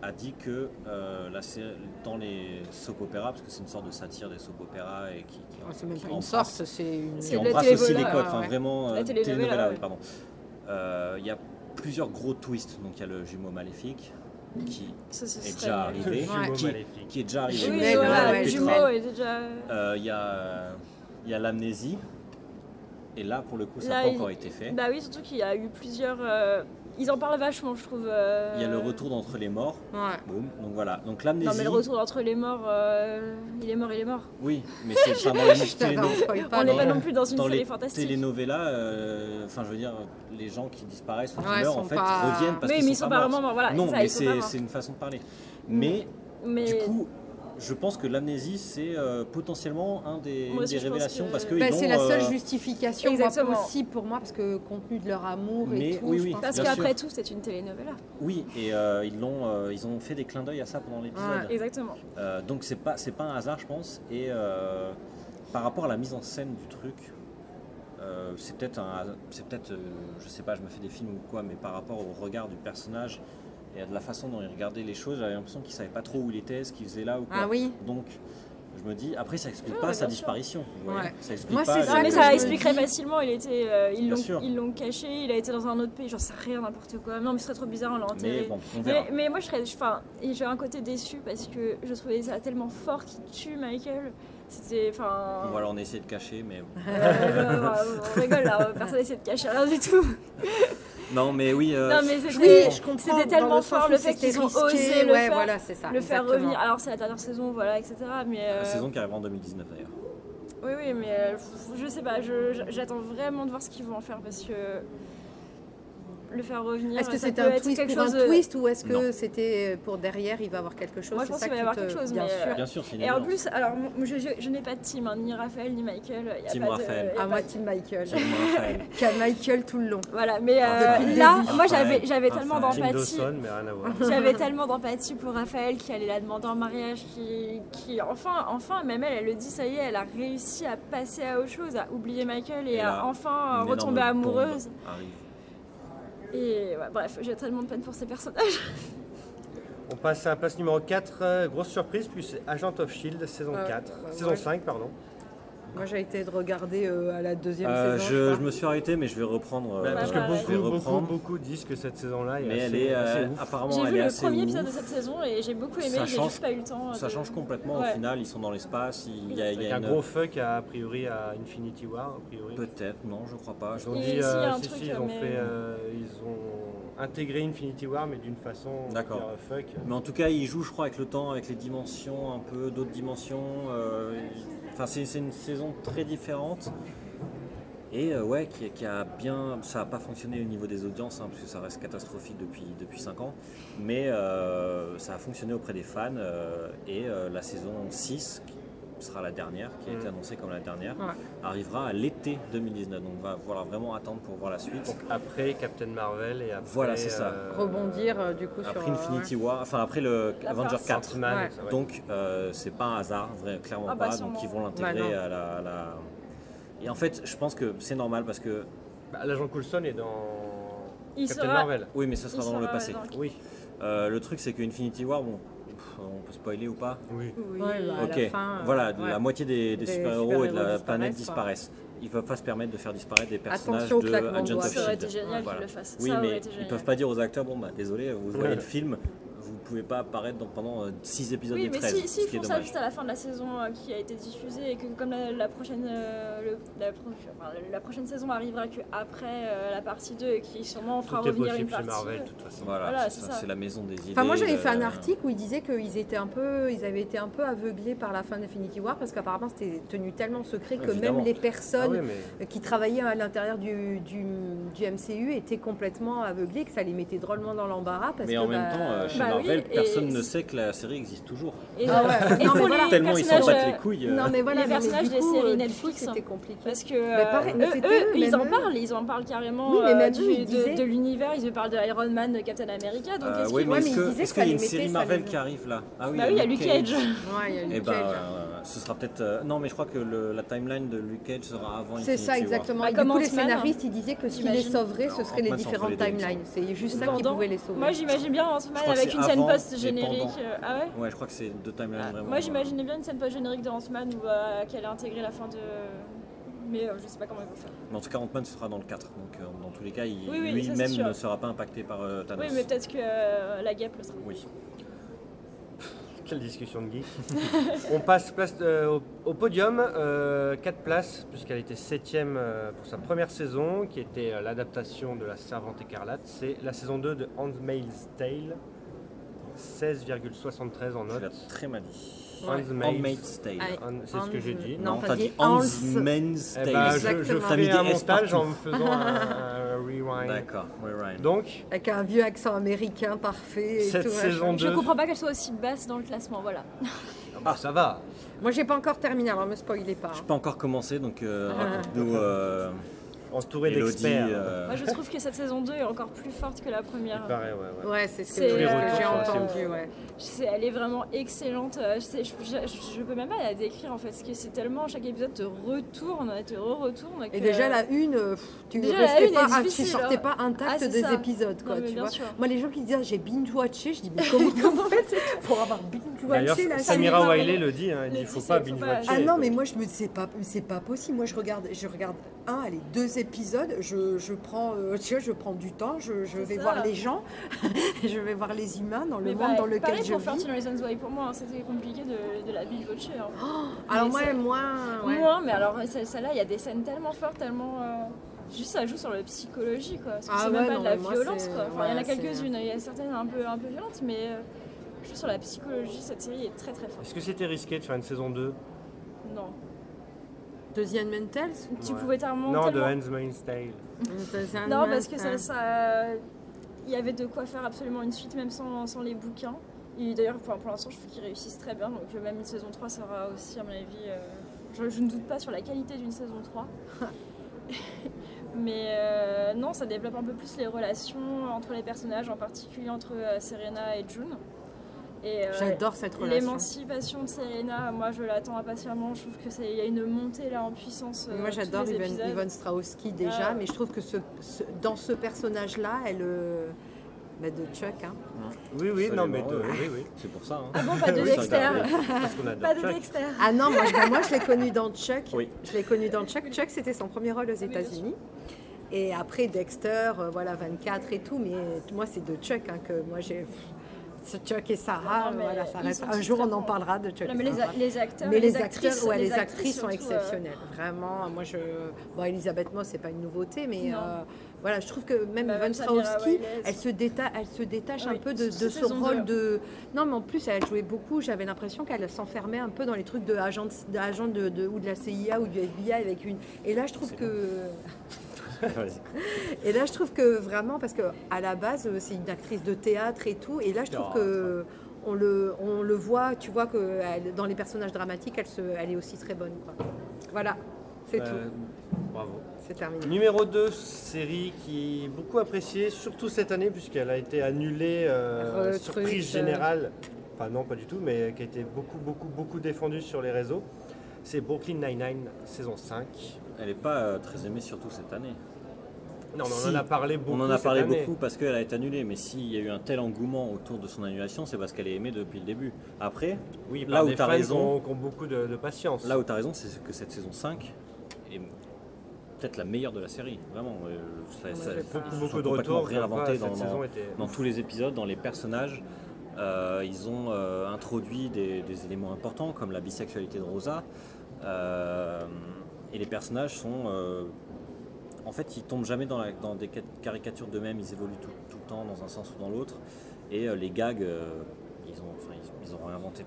[SPEAKER 3] a dit que euh, la série- dans les soap opéras, parce que c'est une sorte de satire des soap opéras et qui, qui-
[SPEAKER 5] Oh, C'est même
[SPEAKER 3] qui
[SPEAKER 5] pas une
[SPEAKER 3] embrasse-
[SPEAKER 5] sorte, c'est une.
[SPEAKER 4] C'est
[SPEAKER 3] qui
[SPEAKER 4] de la
[SPEAKER 3] embrasse aussi les
[SPEAKER 4] télénovela,
[SPEAKER 3] codes, enfin
[SPEAKER 5] ouais.
[SPEAKER 3] vraiment
[SPEAKER 4] La
[SPEAKER 3] euh,
[SPEAKER 4] télénovela,
[SPEAKER 3] télénovela, oui,
[SPEAKER 4] ouais.
[SPEAKER 3] pardon. Euh, Il y a plusieurs gros twists, donc il y a le jumeau maléfique qui,
[SPEAKER 4] Ça, ce
[SPEAKER 3] est
[SPEAKER 4] serait-
[SPEAKER 3] déjà
[SPEAKER 2] Le
[SPEAKER 3] arrivé,
[SPEAKER 5] Ouais.
[SPEAKER 2] jumeau
[SPEAKER 3] qui,
[SPEAKER 2] maléfique.
[SPEAKER 3] qui est déjà arrivé.
[SPEAKER 4] Oui,
[SPEAKER 5] Jumelles,
[SPEAKER 3] Voilà,
[SPEAKER 4] voilà,
[SPEAKER 5] ouais,
[SPEAKER 4] le
[SPEAKER 3] Petra.
[SPEAKER 4] jumeau est déjà.
[SPEAKER 3] Euh, Il y a, euh, il y a l'amnésie, et là pour le coup ça n'a
[SPEAKER 4] Là,
[SPEAKER 3] pas
[SPEAKER 4] il-
[SPEAKER 3] encore été fait.
[SPEAKER 4] Bah oui, surtout qu'il y a eu plusieurs. euh, Ils en parlent vachement, je trouve. euh,
[SPEAKER 3] Il y a le retour d'entre les morts.
[SPEAKER 5] Ouais.
[SPEAKER 3] Boum. Donc voilà. Donc
[SPEAKER 4] Non, mais
[SPEAKER 3] l'amnésie.
[SPEAKER 4] le retour d'entre les morts, euh, il est mort, il est mort.
[SPEAKER 3] Oui, mais c'est pas dans les
[SPEAKER 5] Putain, bah, on
[SPEAKER 3] téléno-
[SPEAKER 5] spoil pas,
[SPEAKER 4] On n'est
[SPEAKER 5] mais-
[SPEAKER 4] pas non plus dans une
[SPEAKER 3] dans
[SPEAKER 4] série
[SPEAKER 3] les
[SPEAKER 4] fantastique.
[SPEAKER 3] telenovelas. euh, Enfin, je veux dire, les gens qui disparaissent ou qui
[SPEAKER 5] Ouais,
[SPEAKER 3] meurent en
[SPEAKER 5] sont
[SPEAKER 3] fait
[SPEAKER 5] pas-
[SPEAKER 3] reviennent parce
[SPEAKER 4] Oui,
[SPEAKER 3] qu'ils
[SPEAKER 4] mais ils
[SPEAKER 3] sont,
[SPEAKER 4] sont pas
[SPEAKER 3] morts.
[SPEAKER 4] vraiment morts, voilà,
[SPEAKER 3] Non,
[SPEAKER 4] c'est ça,
[SPEAKER 3] mais
[SPEAKER 4] ils sont pas
[SPEAKER 3] c'est
[SPEAKER 4] morts. Mm.
[SPEAKER 3] c'est une façon de parler. Mais
[SPEAKER 4] Mais
[SPEAKER 3] Du coup, je pense que l'amnésie, c'est euh, potentiellement un des,
[SPEAKER 4] Moi aussi,
[SPEAKER 3] des
[SPEAKER 4] je pense
[SPEAKER 3] révélations
[SPEAKER 4] que-
[SPEAKER 3] parce que
[SPEAKER 5] Bah,
[SPEAKER 3] ils ont,
[SPEAKER 5] c'est la seule
[SPEAKER 3] euh,
[SPEAKER 5] justification moi,
[SPEAKER 4] Exactement.
[SPEAKER 5] possible pour moi parce que compte tenu de leur amour
[SPEAKER 3] Mais
[SPEAKER 5] et tout,
[SPEAKER 3] oui,
[SPEAKER 5] je
[SPEAKER 3] oui.
[SPEAKER 5] pense
[SPEAKER 4] parce
[SPEAKER 3] bien
[SPEAKER 4] qu'après
[SPEAKER 3] sûr.
[SPEAKER 4] tout, c'est une telenovela.
[SPEAKER 3] Oui, et euh, ils l'ont, euh, ils ont fait des clins d'œil à ça pendant l'épisode.
[SPEAKER 4] Exactement.
[SPEAKER 3] Euh, donc c'est pas, c'est pas un hasard, je pense. Et euh, par rapport à la mise en scène du truc, euh, c'est peut-être un, c'est peut-être, euh, je sais pas, je me fais des films ou quoi, mais par rapport au regard du personnage et à de la façon dont il regardait les choses, j'avais l'impression qu'il savait pas trop où il était, ce qu'il faisait là ou quoi.
[SPEAKER 5] Ah oui.
[SPEAKER 3] Donc je me dis, après ça explique
[SPEAKER 4] Ah,
[SPEAKER 3] pas
[SPEAKER 4] bah,
[SPEAKER 3] sa
[SPEAKER 4] bien sûr.
[SPEAKER 3] disparition. vous voyez.
[SPEAKER 5] Ouais.
[SPEAKER 3] Ça explique
[SPEAKER 5] Moi,
[SPEAKER 3] pas
[SPEAKER 5] c'est
[SPEAKER 3] le-
[SPEAKER 5] ça
[SPEAKER 4] Non, mais
[SPEAKER 5] que
[SPEAKER 4] ça
[SPEAKER 5] je me
[SPEAKER 4] expliquerait
[SPEAKER 5] dis.
[SPEAKER 4] facilement. Il était, euh, ils
[SPEAKER 3] Bien
[SPEAKER 4] l'ont-
[SPEAKER 3] sûr.
[SPEAKER 4] ils l'ont caché. Il a été dans un autre pays. J'en sais rien, n'importe quoi. Non, mais ce serait trop bizarre. On l'a enterré.
[SPEAKER 3] Mais bon, on verra.
[SPEAKER 4] Mais, mais moi, je serais, enfin, et j'ai un côté déçu parce que je trouvais ça tellement fort qu'il tue Michael. C'était, enfin,
[SPEAKER 3] Bon, alors on essaie de cacher, mais bon.
[SPEAKER 4] euh, on rigole là, personne essaie de cacher rien du tout.
[SPEAKER 3] non, mais oui. euh,
[SPEAKER 4] Non, mais c'était-
[SPEAKER 5] Oui, je comprends.
[SPEAKER 4] C'était
[SPEAKER 5] dans
[SPEAKER 4] tellement
[SPEAKER 5] le sens
[SPEAKER 4] fort
[SPEAKER 5] où
[SPEAKER 4] le fait
[SPEAKER 5] c'était
[SPEAKER 4] qu'ils ont
[SPEAKER 5] risqué,
[SPEAKER 4] osé le
[SPEAKER 5] ouais,
[SPEAKER 4] faire,
[SPEAKER 5] voilà, c'est ça,
[SPEAKER 4] Le faire
[SPEAKER 5] exactement.
[SPEAKER 4] revenir. Alors c'est la dernière saison, voilà, etc. Mais
[SPEAKER 3] La
[SPEAKER 4] euh,
[SPEAKER 3] saison qui arrive en 2019 d'ailleurs.
[SPEAKER 4] oui, oui, mais euh, je sais pas. je- J'attends vraiment de voir ce qu'ils vont en faire parce que le faire revenir.
[SPEAKER 5] Est-ce que
[SPEAKER 4] ça
[SPEAKER 5] c'est
[SPEAKER 4] peut
[SPEAKER 5] un
[SPEAKER 4] être
[SPEAKER 5] twist
[SPEAKER 4] quelque
[SPEAKER 5] pour un
[SPEAKER 4] chose euh, de-
[SPEAKER 5] twist ou est-ce
[SPEAKER 3] Non.
[SPEAKER 5] que c'était euh, pour derrière il va avoir quelque chose
[SPEAKER 4] Moi, je
[SPEAKER 5] c'est
[SPEAKER 4] pense
[SPEAKER 5] ça
[SPEAKER 4] qu'il va y
[SPEAKER 5] qui
[SPEAKER 4] avoir
[SPEAKER 5] te-
[SPEAKER 4] quelque chose,
[SPEAKER 5] bien
[SPEAKER 4] mais,
[SPEAKER 5] sûr.
[SPEAKER 4] euh,
[SPEAKER 3] Bien sûr, c'est une
[SPEAKER 4] Et en
[SPEAKER 3] évidence.
[SPEAKER 4] plus, alors moi, je, je- je n'ai pas de team, hein, ni Raphaël, ni Michael. il Y a
[SPEAKER 3] Team
[SPEAKER 4] pas de-
[SPEAKER 3] Raphaël.
[SPEAKER 4] il y a
[SPEAKER 5] Ah,
[SPEAKER 4] pas
[SPEAKER 5] moi,
[SPEAKER 4] de-
[SPEAKER 5] Team Michael.
[SPEAKER 3] Team Raphaël.
[SPEAKER 5] Qui a Michael tout le long.
[SPEAKER 4] Voilà, mais euh,
[SPEAKER 3] Ah, Raphaël.
[SPEAKER 4] là,
[SPEAKER 3] Raphaël.
[SPEAKER 4] moi j'avais j'avais
[SPEAKER 3] Raphaël.
[SPEAKER 4] tellement
[SPEAKER 2] Jim
[SPEAKER 4] d'empathie.
[SPEAKER 2] Dawson, mais rien à voir.
[SPEAKER 4] J'avais tellement d'empathie pour Raphaël qui allait la demander en mariage, qui, qui enfin, enfin, même elle, elle le dit, ça y est, elle a réussi à passer à autre chose, à oublier Michael et,
[SPEAKER 3] Et
[SPEAKER 2] euh,
[SPEAKER 3] là,
[SPEAKER 4] à enfin euh,
[SPEAKER 3] Une
[SPEAKER 4] retomber
[SPEAKER 3] énorme bombe
[SPEAKER 4] amoureuse.
[SPEAKER 3] arrive.
[SPEAKER 4] Et ouais, bref, j'ai tellement de peine pour ces personnages.
[SPEAKER 2] On passe à la place numéro 4, grosse surprise, puis c'est Agent of Shield, E saison
[SPEAKER 5] Ouais,
[SPEAKER 2] 4,
[SPEAKER 5] ouais, ouais.
[SPEAKER 2] saison 5, pardon.
[SPEAKER 5] Moi, j'ai été de regarder euh, à la deuxième
[SPEAKER 3] Euh,
[SPEAKER 5] saison.
[SPEAKER 3] je,
[SPEAKER 5] crois.
[SPEAKER 3] je me suis arrêté, mais je vais reprendre. euh,
[SPEAKER 2] Bah, parce que
[SPEAKER 4] ouais,
[SPEAKER 3] je vais
[SPEAKER 2] beaucoup, beaucoup,
[SPEAKER 3] reprendre.
[SPEAKER 2] beaucoup disent que cette saison-là est
[SPEAKER 3] Mais elle
[SPEAKER 2] assez-
[SPEAKER 3] est euh,
[SPEAKER 2] assez ouf.
[SPEAKER 3] apparemment
[SPEAKER 4] J'ai
[SPEAKER 3] elle
[SPEAKER 4] vu
[SPEAKER 3] est
[SPEAKER 4] le
[SPEAKER 3] assez
[SPEAKER 4] premier
[SPEAKER 3] ouf.
[SPEAKER 4] épisode de cette saison et j'ai beaucoup aimé,
[SPEAKER 3] Ça
[SPEAKER 4] j'ai
[SPEAKER 3] change-
[SPEAKER 4] juste pas eu le temps.
[SPEAKER 3] Ça
[SPEAKER 4] de-
[SPEAKER 3] change complètement au
[SPEAKER 4] Ouais.
[SPEAKER 3] final. Ils sont dans l'espace. Il y a, il y
[SPEAKER 2] Avec
[SPEAKER 3] a
[SPEAKER 2] un
[SPEAKER 3] une-
[SPEAKER 2] gros fuck à, a priori à Infinity War, a priori.
[SPEAKER 3] Peut-être, non, je crois pas.
[SPEAKER 2] Ils ont
[SPEAKER 4] Et
[SPEAKER 2] dit,
[SPEAKER 4] s'il y a
[SPEAKER 2] euh,
[SPEAKER 4] un
[SPEAKER 2] si,
[SPEAKER 4] truc,
[SPEAKER 2] si, ils ont
[SPEAKER 4] mais-
[SPEAKER 2] fait, euh, ils ont intégré Infinity War, mais d'une façon,
[SPEAKER 3] D'accord.
[SPEAKER 2] dire, fuck.
[SPEAKER 3] Mais en tout cas, ils jouent, je crois, avec le temps, avec les dimensions, un peu d'autres dimensions. euh, ils- Enfin, c'est c'est une saison très différente. Et euh, ouais, qui, qui a bien. Ça n'a pas fonctionné au niveau des audiences, hein, parce que ça reste catastrophique depuis, depuis 5 ans. Mais euh, ça a fonctionné auprès des fans. euh, et euh, la saison 6, qui sera la dernière, qui a été
[SPEAKER 2] Mm.
[SPEAKER 3] annoncée comme la dernière,
[SPEAKER 5] Ouais.
[SPEAKER 3] arrivera à l'été 2019. Donc on va falloir vraiment attendre pour voir la suite.
[SPEAKER 2] Donc après Captain Marvel et après.
[SPEAKER 3] Voilà, c'est ça.
[SPEAKER 5] Rebondir euh, du coup sur.
[SPEAKER 3] Après
[SPEAKER 5] euh,
[SPEAKER 3] Infinity War, enfin après le
[SPEAKER 4] La
[SPEAKER 3] Avenger
[SPEAKER 4] force.
[SPEAKER 3] 4.
[SPEAKER 2] Ant-Man,
[SPEAKER 5] Ouais.
[SPEAKER 2] ça, ouais.
[SPEAKER 3] Donc euh, c'est pas un hasard, vrai- clairement
[SPEAKER 4] Ah bah,
[SPEAKER 3] pas.
[SPEAKER 4] sûrement.
[SPEAKER 3] Donc ils vont
[SPEAKER 5] Bah,
[SPEAKER 3] l'intégrer
[SPEAKER 5] non.
[SPEAKER 3] à la, à la- Et en fait, je pense que c'est normal parce que
[SPEAKER 2] Bah, L'agent Coulson est dans
[SPEAKER 4] Il
[SPEAKER 2] Captain
[SPEAKER 4] sera-
[SPEAKER 2] Marvel.
[SPEAKER 3] oui, mais ce sera
[SPEAKER 4] Il
[SPEAKER 3] dans
[SPEAKER 4] sera,
[SPEAKER 3] le
[SPEAKER 4] ouais,
[SPEAKER 3] passé.
[SPEAKER 4] dans le-
[SPEAKER 2] Oui.
[SPEAKER 3] Euh, le truc c'est que Infinity War, bon, pff, on peut spoiler ou pas
[SPEAKER 2] Oui.
[SPEAKER 4] Oui.
[SPEAKER 5] Ouais, bah, À la
[SPEAKER 3] Ok.
[SPEAKER 5] fin, euh,
[SPEAKER 3] voilà,
[SPEAKER 5] ouais.
[SPEAKER 3] la moitié des, des
[SPEAKER 5] Des
[SPEAKER 3] super-héros et de la
[SPEAKER 5] super-héros
[SPEAKER 3] planète
[SPEAKER 5] disparaissent,
[SPEAKER 3] disparaissent. Ils peuvent pas se permettre de faire disparaître des personnages
[SPEAKER 5] Attention au
[SPEAKER 3] de
[SPEAKER 5] claquement de
[SPEAKER 3] Agent
[SPEAKER 5] doigts.
[SPEAKER 3] of
[SPEAKER 5] Ça
[SPEAKER 4] aurait
[SPEAKER 3] Shield.
[SPEAKER 4] été génial qu'ils le fassent.
[SPEAKER 3] Oui,
[SPEAKER 4] Ça aurait
[SPEAKER 3] mais
[SPEAKER 4] été
[SPEAKER 3] ils
[SPEAKER 4] génial.
[SPEAKER 3] peuvent pas dire aux acteurs bon bah désolé, vous voyez
[SPEAKER 2] Ouais.
[SPEAKER 3] le film, vous pouvez pas apparaître dans- pendant 6 épisodes
[SPEAKER 4] Oui,
[SPEAKER 3] des
[SPEAKER 4] mais
[SPEAKER 3] 13,
[SPEAKER 4] si, si
[SPEAKER 3] ce
[SPEAKER 4] ils
[SPEAKER 3] qui est
[SPEAKER 4] font ça
[SPEAKER 3] dommage.
[SPEAKER 4] juste à la fin de la saison euh, qui a été diffusée et que comme la, la prochaine, euh, le- la, pro- enfin, la prochaine saison arrivera que après euh, la partie 2 et qui sûrement fera
[SPEAKER 2] Tout est
[SPEAKER 4] revenir
[SPEAKER 2] possible
[SPEAKER 4] une
[SPEAKER 2] chez
[SPEAKER 4] partie.
[SPEAKER 2] Marvel,
[SPEAKER 4] deux.
[SPEAKER 2] de toute façon.
[SPEAKER 3] Voilà,
[SPEAKER 4] Voilà,
[SPEAKER 3] c'est
[SPEAKER 4] c'est
[SPEAKER 3] ça,
[SPEAKER 4] ça.
[SPEAKER 3] c'est la maison des idées. euh,
[SPEAKER 5] Enfin, moi, j'avais
[SPEAKER 3] de-
[SPEAKER 5] fait un article où ils disaient qu'ils étaient un peu, ils avaient été un peu aveuglés par la fin d'Infinity War parce qu'apparemment c'était tenu tellement secret que
[SPEAKER 3] Évidemment.
[SPEAKER 5] même les
[SPEAKER 2] Ah oui,
[SPEAKER 5] personnes
[SPEAKER 2] mais-
[SPEAKER 5] qui travaillaient à l'intérieur du, du, du MCU étaient complètement aveuglées, que ça les mettait drôlement dans l'embarras parce
[SPEAKER 3] Mais
[SPEAKER 5] que.
[SPEAKER 3] en même
[SPEAKER 5] bah,
[SPEAKER 3] temps, euh, chez
[SPEAKER 4] Bah oui,
[SPEAKER 3] Marvel,
[SPEAKER 4] et-
[SPEAKER 3] personne ne sait que la série existe toujours.
[SPEAKER 4] Et,
[SPEAKER 5] Ah ouais.
[SPEAKER 4] et
[SPEAKER 5] Non,
[SPEAKER 4] pour
[SPEAKER 5] mais voilà.
[SPEAKER 4] les
[SPEAKER 3] Tellement ils s'en
[SPEAKER 4] personnages,
[SPEAKER 3] battent les
[SPEAKER 4] euh,
[SPEAKER 3] couilles. euh,
[SPEAKER 5] Non mais voilà,
[SPEAKER 4] Les
[SPEAKER 5] mais- mais
[SPEAKER 4] personnages
[SPEAKER 5] du
[SPEAKER 4] des
[SPEAKER 5] coup,
[SPEAKER 4] séries
[SPEAKER 5] euh, du
[SPEAKER 4] Netflix, hein.
[SPEAKER 5] coup, c'était compliqué.
[SPEAKER 4] Parce que
[SPEAKER 5] pareil, mais
[SPEAKER 4] euh, eux,
[SPEAKER 5] c'était
[SPEAKER 4] eux,
[SPEAKER 5] eux,
[SPEAKER 4] ils en
[SPEAKER 5] même eux.
[SPEAKER 4] parlent, ils en parlent carrément
[SPEAKER 5] Oui, mais
[SPEAKER 4] euh,
[SPEAKER 5] même
[SPEAKER 4] du-
[SPEAKER 5] eux, ils
[SPEAKER 4] de,
[SPEAKER 5] disaient-
[SPEAKER 4] de l'univers, ils parlent de Iron Man, de Captain America, donc
[SPEAKER 3] euh,
[SPEAKER 4] est-ce
[SPEAKER 3] ouais,
[SPEAKER 4] qu'ils
[SPEAKER 3] mais
[SPEAKER 4] vont-
[SPEAKER 5] Ouais, mais
[SPEAKER 3] est-ce
[SPEAKER 5] ils
[SPEAKER 3] que-
[SPEAKER 5] disaient
[SPEAKER 3] est-ce
[SPEAKER 5] que
[SPEAKER 3] qu'il y a
[SPEAKER 5] ça
[SPEAKER 3] une
[SPEAKER 5] les
[SPEAKER 3] série
[SPEAKER 5] mettait, ça
[SPEAKER 3] Marvel
[SPEAKER 5] les-
[SPEAKER 3] qui arrive là Ah
[SPEAKER 4] Bah oui, il y a Luke Cage.
[SPEAKER 5] Ouais, il y a
[SPEAKER 3] Et
[SPEAKER 5] Luke
[SPEAKER 3] ben,
[SPEAKER 5] Cage.
[SPEAKER 3] euh, ce sera peut-être. euh, non, mais je crois que le- la timeline de Luke Cage sera avant
[SPEAKER 5] C'est
[SPEAKER 3] Infinity
[SPEAKER 5] ça
[SPEAKER 3] War.
[SPEAKER 5] exactement.
[SPEAKER 4] Bah,
[SPEAKER 5] Et du
[SPEAKER 4] comme
[SPEAKER 5] coup, les
[SPEAKER 4] Ant-Man,
[SPEAKER 5] scénaristes, ils disaient que ce qui les
[SPEAKER 4] j'imagine.
[SPEAKER 5] sauverait, ce
[SPEAKER 3] Alors,
[SPEAKER 5] seraient les
[SPEAKER 3] Ant-Man, ça
[SPEAKER 5] différentes
[SPEAKER 3] entre les deux, il me
[SPEAKER 5] timelines. C'est juste ça qui
[SPEAKER 4] Pendant-
[SPEAKER 5] pouvait les sauver.
[SPEAKER 4] Moi j'imaginais bien Ant-Man
[SPEAKER 3] crois que
[SPEAKER 4] avec
[SPEAKER 3] c'est
[SPEAKER 4] une scène
[SPEAKER 3] avant
[SPEAKER 4] post-générique.
[SPEAKER 3] et pendant.
[SPEAKER 4] euh, Ah ouais
[SPEAKER 3] Ouais, je crois que c'est deux timelines
[SPEAKER 4] Ah,
[SPEAKER 3] vraiment.
[SPEAKER 4] Moi j'imaginais bien une scène post-générique de Ant-Man où euh, qu'elle a intégré la fin de. Mais euh, je sais pas comment ils vont faire.
[SPEAKER 3] Mais en tout cas, Ant-Man ce sera dans le 4. Donc, euh, dans tous les cas, il-
[SPEAKER 4] Oui, oui, ça, c'est
[SPEAKER 3] lui-même
[SPEAKER 4] sûr.
[SPEAKER 3] ne sera pas impacté par euh, Thanos.
[SPEAKER 4] Oui, mais peut-être que euh, la guêpe le sera.
[SPEAKER 3] Oui.
[SPEAKER 2] Quelle discussion de geek. On passe place, euh, au, au podium, 4 places, puisqu'elle était 7 pour sa première saison, qui était euh, l'adaptation de La Servante Écarlate. C'est la saison 2 de Handmaid's Tale, 16,73 en
[SPEAKER 3] Tu l'as
[SPEAKER 2] note.
[SPEAKER 3] très mal dit.
[SPEAKER 5] Ouais.
[SPEAKER 2] Handmaid's.
[SPEAKER 3] Handmaid's Tale.
[SPEAKER 5] Ouais.
[SPEAKER 2] Han- Ah, C'est ce que j'ai dit.
[SPEAKER 5] Ah, Non,
[SPEAKER 3] Non,
[SPEAKER 5] t'as
[SPEAKER 3] t'as
[SPEAKER 5] dit
[SPEAKER 3] dit
[SPEAKER 5] Hans.
[SPEAKER 3] Handmaid's
[SPEAKER 2] Eh ben,
[SPEAKER 3] Tale.
[SPEAKER 2] je, je
[SPEAKER 5] Exactement.
[SPEAKER 3] T'as mis
[SPEAKER 2] ferai
[SPEAKER 3] des
[SPEAKER 2] un
[SPEAKER 3] S
[SPEAKER 2] montage en
[SPEAKER 3] partout.
[SPEAKER 2] me faisant un, un rewind.
[SPEAKER 3] D'accord, ouais, Ryan.
[SPEAKER 2] Donc,
[SPEAKER 5] Avec un vieux accent américain parfait. Et
[SPEAKER 2] Cette
[SPEAKER 5] tout,
[SPEAKER 2] saison
[SPEAKER 5] machin.
[SPEAKER 4] Je
[SPEAKER 2] Deux.
[SPEAKER 4] comprends pas qu'elle soit aussi basse dans le classement, voilà.
[SPEAKER 2] ah, ça va.
[SPEAKER 5] Moi, j'ai pas encore terminé, alors me spoilez pas.
[SPEAKER 3] J'ai pas encore commencé, donc euh,
[SPEAKER 5] Hein. Ah.
[SPEAKER 3] raconte-nous, euh,
[SPEAKER 2] Entouré
[SPEAKER 3] Elodie,
[SPEAKER 2] d'experts.
[SPEAKER 3] euh,
[SPEAKER 4] Moi je trouve que cette saison 2 est encore plus forte que la
[SPEAKER 2] Il
[SPEAKER 4] première.
[SPEAKER 2] paraît, ouais, ouais.
[SPEAKER 5] Ouais, c'est ce
[SPEAKER 4] C'est,
[SPEAKER 5] que ce que
[SPEAKER 4] euh,
[SPEAKER 5] j'ai
[SPEAKER 4] c'est
[SPEAKER 5] entendu.
[SPEAKER 4] ouf.
[SPEAKER 5] ouais.
[SPEAKER 4] Je sais, elle est vraiment excellente. Euh, Je, sais, je, je- je peux même pas la décrire en fait, parce que c'est tellement chaque épisode te retourne, te re-retourne.
[SPEAKER 5] Et
[SPEAKER 4] que-
[SPEAKER 5] déjà, la une, euh, pff, tu
[SPEAKER 4] Déjà, la
[SPEAKER 5] restais
[SPEAKER 4] une
[SPEAKER 5] pas,
[SPEAKER 4] est
[SPEAKER 5] ah, tu
[SPEAKER 4] difficile,
[SPEAKER 5] sortais
[SPEAKER 4] hein.
[SPEAKER 5] pas intact
[SPEAKER 4] Ah, c'est
[SPEAKER 5] des
[SPEAKER 4] ça.
[SPEAKER 5] épisodes. Quoi,
[SPEAKER 4] Non, mais
[SPEAKER 5] tu
[SPEAKER 4] bien
[SPEAKER 5] vois.
[SPEAKER 4] sûr.
[SPEAKER 5] Moi, les gens qui disent ah, j'ai binge-watché, je dis mais comment vous faites pour avoir
[SPEAKER 2] D'ailleurs,
[SPEAKER 5] binge-watché la série
[SPEAKER 2] Samira
[SPEAKER 4] Samira
[SPEAKER 2] Wiley
[SPEAKER 4] Wiley
[SPEAKER 2] le dit, hein, il dit,
[SPEAKER 4] le
[SPEAKER 2] faut
[SPEAKER 4] dit,
[SPEAKER 2] pas
[SPEAKER 4] c'est- faut
[SPEAKER 2] binge
[SPEAKER 4] pas-
[SPEAKER 2] watcher.
[SPEAKER 5] Ah non, mais moi je me c'est pas c'est pas possible. Moi je regarde je regarde un allez deux épisodes. Je, je prends euh, tu vois, je prends du temps. Je, je
[SPEAKER 4] C'est
[SPEAKER 5] vais
[SPEAKER 4] ça.
[SPEAKER 5] voir les gens. je vais voir les humains dans le
[SPEAKER 4] Mais
[SPEAKER 5] monde
[SPEAKER 4] pareil-
[SPEAKER 5] dans lequel
[SPEAKER 4] pareil
[SPEAKER 5] je
[SPEAKER 4] pour
[SPEAKER 5] vis.
[SPEAKER 4] 13 Reasons Why, pour moi, hein, c'était compliqué de, de la binge watcher. hein.
[SPEAKER 5] Alors
[SPEAKER 4] Mais
[SPEAKER 5] moi
[SPEAKER 4] c'est-
[SPEAKER 5] moins ouais.
[SPEAKER 4] Moins, mais alors celle- celle-là, il y a des scènes tellement fortes, tellement. euh, Juste ça joue sur la psychologie quoi. Parce que
[SPEAKER 5] Ah
[SPEAKER 4] c'est
[SPEAKER 5] ouais,
[SPEAKER 4] même pas
[SPEAKER 5] non,
[SPEAKER 4] de la
[SPEAKER 5] mais moi,
[SPEAKER 4] violence
[SPEAKER 5] c'est-
[SPEAKER 4] quoi. Enfin, il y en
[SPEAKER 5] ouais,
[SPEAKER 4] a
[SPEAKER 5] c'est-
[SPEAKER 4] quelques-unes, il y a certaines un peu, un peu violentes, mais euh, juste sur la psychologie, cette série est très très forte.
[SPEAKER 2] Est-ce que c'était risqué de faire une saison 2
[SPEAKER 4] Non.
[SPEAKER 5] Deuxième Mentals.
[SPEAKER 4] Tu
[SPEAKER 2] Ouais.
[SPEAKER 4] pouvais t'arrêter
[SPEAKER 2] Non, de
[SPEAKER 4] tellement-
[SPEAKER 2] Handmaid's Tale.
[SPEAKER 4] Non,
[SPEAKER 5] Ah,
[SPEAKER 4] parce que ça, ça- il y avait de quoi faire absolument une suite, même sans, sans les bouquins. Et d'ailleurs, pour, pour l'instant, je trouve qu'ils réussissent très bien. Donc, euh, même une saison 3 sera aussi, à mon avis. euh, je, je ne doute pas sur la qualité d'une saison 3. Mais euh, non, ça développe un peu plus les relations entre les personnages, en particulier entre euh, Serena et June. Et, euh,
[SPEAKER 5] J'adore cette relation.
[SPEAKER 4] L'émancipation de Serena, moi je l'attends impatiemment. Je trouve que c'est- il y a une montée là en puissance. euh,
[SPEAKER 5] Moi
[SPEAKER 4] tous les
[SPEAKER 5] j'adore Yvonne,
[SPEAKER 4] épisodes.
[SPEAKER 5] Yvonne Strahovski déjà,
[SPEAKER 4] Ah.
[SPEAKER 5] mais je trouve que ce, ce- dans ce personnage-là, elle. euh, bah, de Chuck, hein.
[SPEAKER 2] Oui, oui, non, mais de-
[SPEAKER 3] Absolument,
[SPEAKER 2] oui, oui.
[SPEAKER 3] c'est pour ça. hein.
[SPEAKER 4] Ah bon, pas de
[SPEAKER 3] Oui,
[SPEAKER 4] Dexter.
[SPEAKER 3] ça,
[SPEAKER 2] Parce qu'on adore
[SPEAKER 4] Pas de
[SPEAKER 2] Chuck.
[SPEAKER 4] Dexter.
[SPEAKER 5] Ah non, moi, je- moi, je l'ai connu dans Chuck.
[SPEAKER 3] Oui.
[SPEAKER 5] Je l'ai connu dans Chuck. Chuck, c'était son premier rôle aux
[SPEAKER 4] Ah oui, bien
[SPEAKER 5] États-Unis. Et après Dexter, euh, voilà, 24 et tout. Mais moi, c'est de Chuck hein, que moi j'ai. Ce Chuck et Sarah,
[SPEAKER 4] Non, non, mais
[SPEAKER 5] voilà, ça
[SPEAKER 4] ils
[SPEAKER 5] reste.
[SPEAKER 4] sont
[SPEAKER 5] Un jour, on en
[SPEAKER 4] extrêmement-
[SPEAKER 5] parlera de Chuck.
[SPEAKER 4] Non,
[SPEAKER 5] et
[SPEAKER 4] mais les,
[SPEAKER 5] Sarah.
[SPEAKER 4] a- les acteurs,
[SPEAKER 5] Mais
[SPEAKER 4] et
[SPEAKER 5] les acteurs, ouais, les
[SPEAKER 4] actrices
[SPEAKER 5] actrices sont
[SPEAKER 4] surtout, euh,
[SPEAKER 5] exceptionnelles. Vraiment, moi je. Bon, Elisabeth Moss, c'est pas une nouveauté, mais
[SPEAKER 4] Non.
[SPEAKER 5] euh, voilà, je trouve que même
[SPEAKER 4] Bah,
[SPEAKER 5] Yvonne
[SPEAKER 4] même Samira
[SPEAKER 5] Strahovski,
[SPEAKER 4] Wiley,
[SPEAKER 5] elle se, déta- elle se détache un
[SPEAKER 4] Oui,
[SPEAKER 5] peu de,
[SPEAKER 4] sur
[SPEAKER 5] de
[SPEAKER 4] cette
[SPEAKER 5] ce
[SPEAKER 4] saison
[SPEAKER 5] rôle
[SPEAKER 4] deux.
[SPEAKER 5] de. Non, mais en plus, elle jouait beaucoup. J'avais l'impression qu'elle s'enfermait un peu dans les trucs de agent, de, agent de, de- ou de la CIA ou du FBI avec une. Et là, je trouve
[SPEAKER 3] C'est
[SPEAKER 5] que.
[SPEAKER 3] Vas-y.
[SPEAKER 5] Et là, je trouve que vraiment, parce que à la base, euh, c'est une actrice de théâtre et tout, et là, je trouve
[SPEAKER 3] Oh,
[SPEAKER 5] que on le, on le voit, tu vois que elle- dans les personnages dramatiques, elle, se, elle est aussi très bonne. quoi. Voilà, c'est
[SPEAKER 2] Euh,
[SPEAKER 5] tout,
[SPEAKER 2] Bravo.
[SPEAKER 5] c'est terminé.
[SPEAKER 2] Numéro 2, série qui est beaucoup appréciée, surtout cette année, puisqu'elle a été annulée, euh,
[SPEAKER 5] Retruc,
[SPEAKER 2] surprise
[SPEAKER 5] euh.
[SPEAKER 2] générale. Enfin, non, pas du tout, mais qui a été beaucoup, beaucoup, beaucoup défendue sur les réseaux. C'est Brooklyn Nine-Nine, saison 5.
[SPEAKER 3] Elle n'est pas euh, très aimée, surtout cette année.
[SPEAKER 2] Non, mais on
[SPEAKER 3] Si.
[SPEAKER 2] en a parlé beaucoup.
[SPEAKER 3] On en a
[SPEAKER 2] cette
[SPEAKER 3] parlé
[SPEAKER 2] année.
[SPEAKER 3] beaucoup parce qu'elle a été annulée, mais s'il y a eu un tel engouement autour de son annulation, c'est parce qu'elle est aimée depuis le début. Après,
[SPEAKER 2] Oui,
[SPEAKER 3] Là
[SPEAKER 2] par
[SPEAKER 3] où
[SPEAKER 2] des
[SPEAKER 3] t'as
[SPEAKER 2] fans
[SPEAKER 3] raison.
[SPEAKER 2] qui ont- qui ont beaucoup de, de patience.
[SPEAKER 3] Là où tu as raison, c'est que cette saison 5 est peut-être la meilleure de la série. Vraiment, euh, ça,
[SPEAKER 5] Ouais,
[SPEAKER 3] ça-
[SPEAKER 5] j'ai pas-
[SPEAKER 2] beaucoup,
[SPEAKER 3] se sont
[SPEAKER 2] beaucoup de
[SPEAKER 3] complètement
[SPEAKER 2] retours.
[SPEAKER 3] réinventé
[SPEAKER 2] comme quoi
[SPEAKER 3] dans,
[SPEAKER 2] cette saison
[SPEAKER 3] dans-
[SPEAKER 2] était-
[SPEAKER 3] dans tous les épisodes, dans les personnages. Euh, ils ont euh, introduit des, des éléments importants comme la bisexualité de Rosa. Euh, et les personnages sont. euh, en fait, ils tombent jamais dans, la- dans des ca- caricatures d'eux-mêmes, ils évoluent tout, tout le temps dans un sens ou dans l'autre. Et euh, les gags, euh, ils, ont, enfin, ils- ils ont réinventé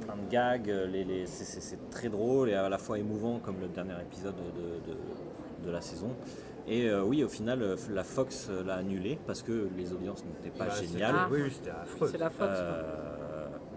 [SPEAKER 3] plein de gags, euh, les, les- c'est- c'est c'est très drôle et à la fois émouvant comme le dernier épisode de, de- de la saison. Et euh, oui, au final, euh, la Fox euh, l'a annulé parce que les audiences n'étaient pas
[SPEAKER 2] Bah, c'était-
[SPEAKER 3] géniales.
[SPEAKER 5] Ah.
[SPEAKER 2] Oui, oui, c'était affreux.
[SPEAKER 5] C'est la faute.
[SPEAKER 3] Euh,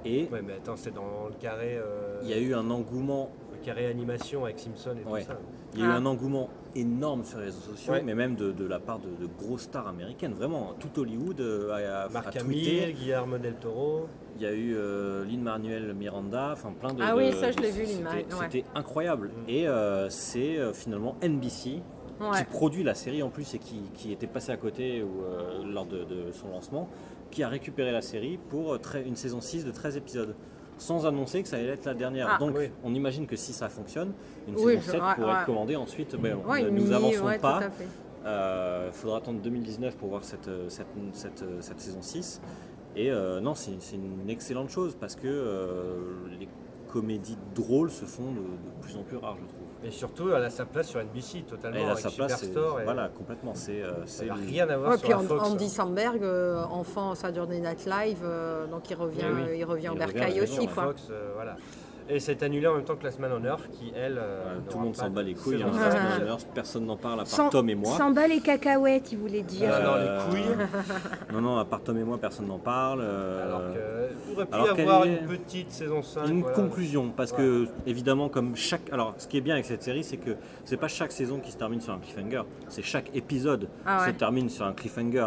[SPEAKER 3] et
[SPEAKER 2] Ouais, mais attends, c'est dans le carré, euh,
[SPEAKER 3] il y a eu un engouement
[SPEAKER 2] le carré animation avec Simpson et
[SPEAKER 3] Ouais.
[SPEAKER 2] tout ça.
[SPEAKER 3] Il y a eu
[SPEAKER 5] Ah.
[SPEAKER 3] un engouement énorme sur les réseaux sociaux,
[SPEAKER 2] Ouais.
[SPEAKER 3] mais même de, de la part de, de grosses stars américaines. Vraiment, tout Hollywood euh, a, a- a
[SPEAKER 2] Marc
[SPEAKER 3] tweeté.
[SPEAKER 2] Hamill, Guillermo del Toro.
[SPEAKER 3] Il y a eu euh, Lin Manuel Miranda, enfin plein de.
[SPEAKER 5] Ah oui,
[SPEAKER 3] de-
[SPEAKER 5] ça, je l'ai vu, Lin
[SPEAKER 3] c'était-
[SPEAKER 5] Manuel, ouais.
[SPEAKER 3] C'était incroyable. Et euh, c'est euh, finalement NBC qui
[SPEAKER 5] Ouais.
[SPEAKER 3] produit la série en plus et qui, qui était passé à côté ou, euh, lors de, de son lancement, qui a récupéré la série pour euh, tre- une saison 6 de 13 épisodes. Sans annoncer que ça allait être la dernière.
[SPEAKER 5] Ah.
[SPEAKER 3] Donc,
[SPEAKER 2] Oui.
[SPEAKER 3] on imagine que si ça fonctionne, une
[SPEAKER 5] Oui, je-
[SPEAKER 3] saison 7
[SPEAKER 5] ouais,
[SPEAKER 3] pourrait
[SPEAKER 5] ouais.
[SPEAKER 3] être commandée ensuite. ben, on-
[SPEAKER 5] Ouais, une
[SPEAKER 3] nous
[SPEAKER 5] mini,
[SPEAKER 3] avançons
[SPEAKER 5] ouais,
[SPEAKER 3] pas.
[SPEAKER 5] tout à fait.
[SPEAKER 3] Il faudra attendre 2019 pour voir cette, euh, cette, cette, euh, cette euh, saison 6. Et euh, non, c'est c'est une excellente chose parce que euh, les comédies drôles se font de, de plus en plus rares, je trouve.
[SPEAKER 2] Et surtout, elle a sa place sur NBC totalement.
[SPEAKER 3] Elle a
[SPEAKER 2] avec
[SPEAKER 3] sa place, c'est-
[SPEAKER 2] Superstore. et-
[SPEAKER 3] voilà, complètement. C'est euh,
[SPEAKER 2] Ça
[SPEAKER 3] c'est
[SPEAKER 2] n'a
[SPEAKER 3] le-
[SPEAKER 2] rien à voir
[SPEAKER 5] Ouais,
[SPEAKER 2] sur
[SPEAKER 5] puis
[SPEAKER 2] la
[SPEAKER 5] And-
[SPEAKER 2] Fox.
[SPEAKER 5] Andy Samberg, euh, enfant Saturday Night Live, euh, donc il revient,
[SPEAKER 2] Eh oui.
[SPEAKER 5] euh, il revient en
[SPEAKER 3] Il
[SPEAKER 5] bercail
[SPEAKER 3] revient,
[SPEAKER 5] aussi.
[SPEAKER 3] raison,
[SPEAKER 5] quoi.
[SPEAKER 2] Fox, euh, voilà. Et c'est annulé en même temps que la semaine en Earth qui, elle. euh,
[SPEAKER 3] euh, tout
[SPEAKER 2] n'aura
[SPEAKER 3] le monde
[SPEAKER 2] pas
[SPEAKER 3] s'en
[SPEAKER 2] de
[SPEAKER 3] bat les couilles.
[SPEAKER 2] saison.
[SPEAKER 3] hein,
[SPEAKER 6] Ouais.
[SPEAKER 3] Star Wars, personne n'en parle à part
[SPEAKER 6] Sans-
[SPEAKER 3] Tom et moi.
[SPEAKER 6] S'en bat les cacahuètes, il voulait dire.
[SPEAKER 2] Ah, non,
[SPEAKER 3] Euh,
[SPEAKER 2] les couilles.
[SPEAKER 3] Non, non, à part Tom et moi, personne n'en parle. euh,
[SPEAKER 2] Alors qu'il aurait pu y
[SPEAKER 3] alors qu'elle
[SPEAKER 2] avoir
[SPEAKER 3] est-
[SPEAKER 2] une petite saison 5.
[SPEAKER 3] Une
[SPEAKER 2] voilà.
[SPEAKER 3] conclusion, parce que évidemment, comme chaque. Alors, ce qui est bien avec cette série, c'est que c'est pas chaque saison qui se termine sur un cliffhanger, c'est chaque épisode
[SPEAKER 5] Ah ouais.
[SPEAKER 3] se termine sur un cliffhanger.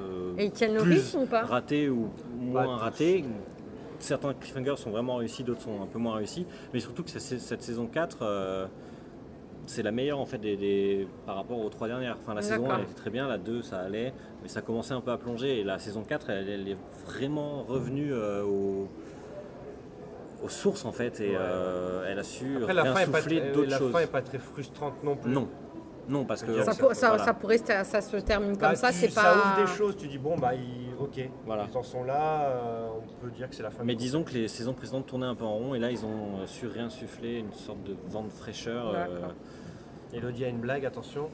[SPEAKER 3] euh,
[SPEAKER 5] Et ils tiennent le
[SPEAKER 3] plus
[SPEAKER 5] rythme ou pas
[SPEAKER 3] Raté ou moins
[SPEAKER 2] tous.
[SPEAKER 3] raté. Certains cliffhangers sont vraiment réussis, d'autres sont un peu moins réussis. Mais surtout que cette, cette saison 4, euh, c'est la meilleure en fait des, des- par rapport aux trois dernières. Enfin, la saison 1
[SPEAKER 5] D'accord.
[SPEAKER 3] elle était très bien, la 2 ça allait, mais ça commençait un peu à plonger. Et la saison 4, elle, elle est vraiment revenue euh, au- aux sources en fait. Et
[SPEAKER 2] Ouais.
[SPEAKER 3] euh, elle a su
[SPEAKER 2] Après, la fin est pas,
[SPEAKER 3] souffler
[SPEAKER 2] très-
[SPEAKER 3] d'autres
[SPEAKER 2] la
[SPEAKER 3] choses.
[SPEAKER 2] fin est pas très frustrante non plus.
[SPEAKER 3] Non, non, parce que.
[SPEAKER 5] Ça,
[SPEAKER 2] Ça,
[SPEAKER 5] pour- ça-
[SPEAKER 3] voilà.
[SPEAKER 5] ça pourrait, se- ça se termine comme
[SPEAKER 2] Bah,
[SPEAKER 5] ça,
[SPEAKER 2] tu-
[SPEAKER 5] c'est pas.
[SPEAKER 2] ouvre des choses, tu dis bon, bah, ils- ok,
[SPEAKER 3] Voilà.
[SPEAKER 2] ils en sont là, euh, on peut dire que c'est la fin.
[SPEAKER 3] Mais
[SPEAKER 2] du-
[SPEAKER 3] disons que les saisons précédentes tournaient un peu en rond et là ils ont euh, su réinsuffler une sorte de vent de fraîcheur. euh,
[SPEAKER 5] D'accord.
[SPEAKER 2] Elodie a une blague, attention.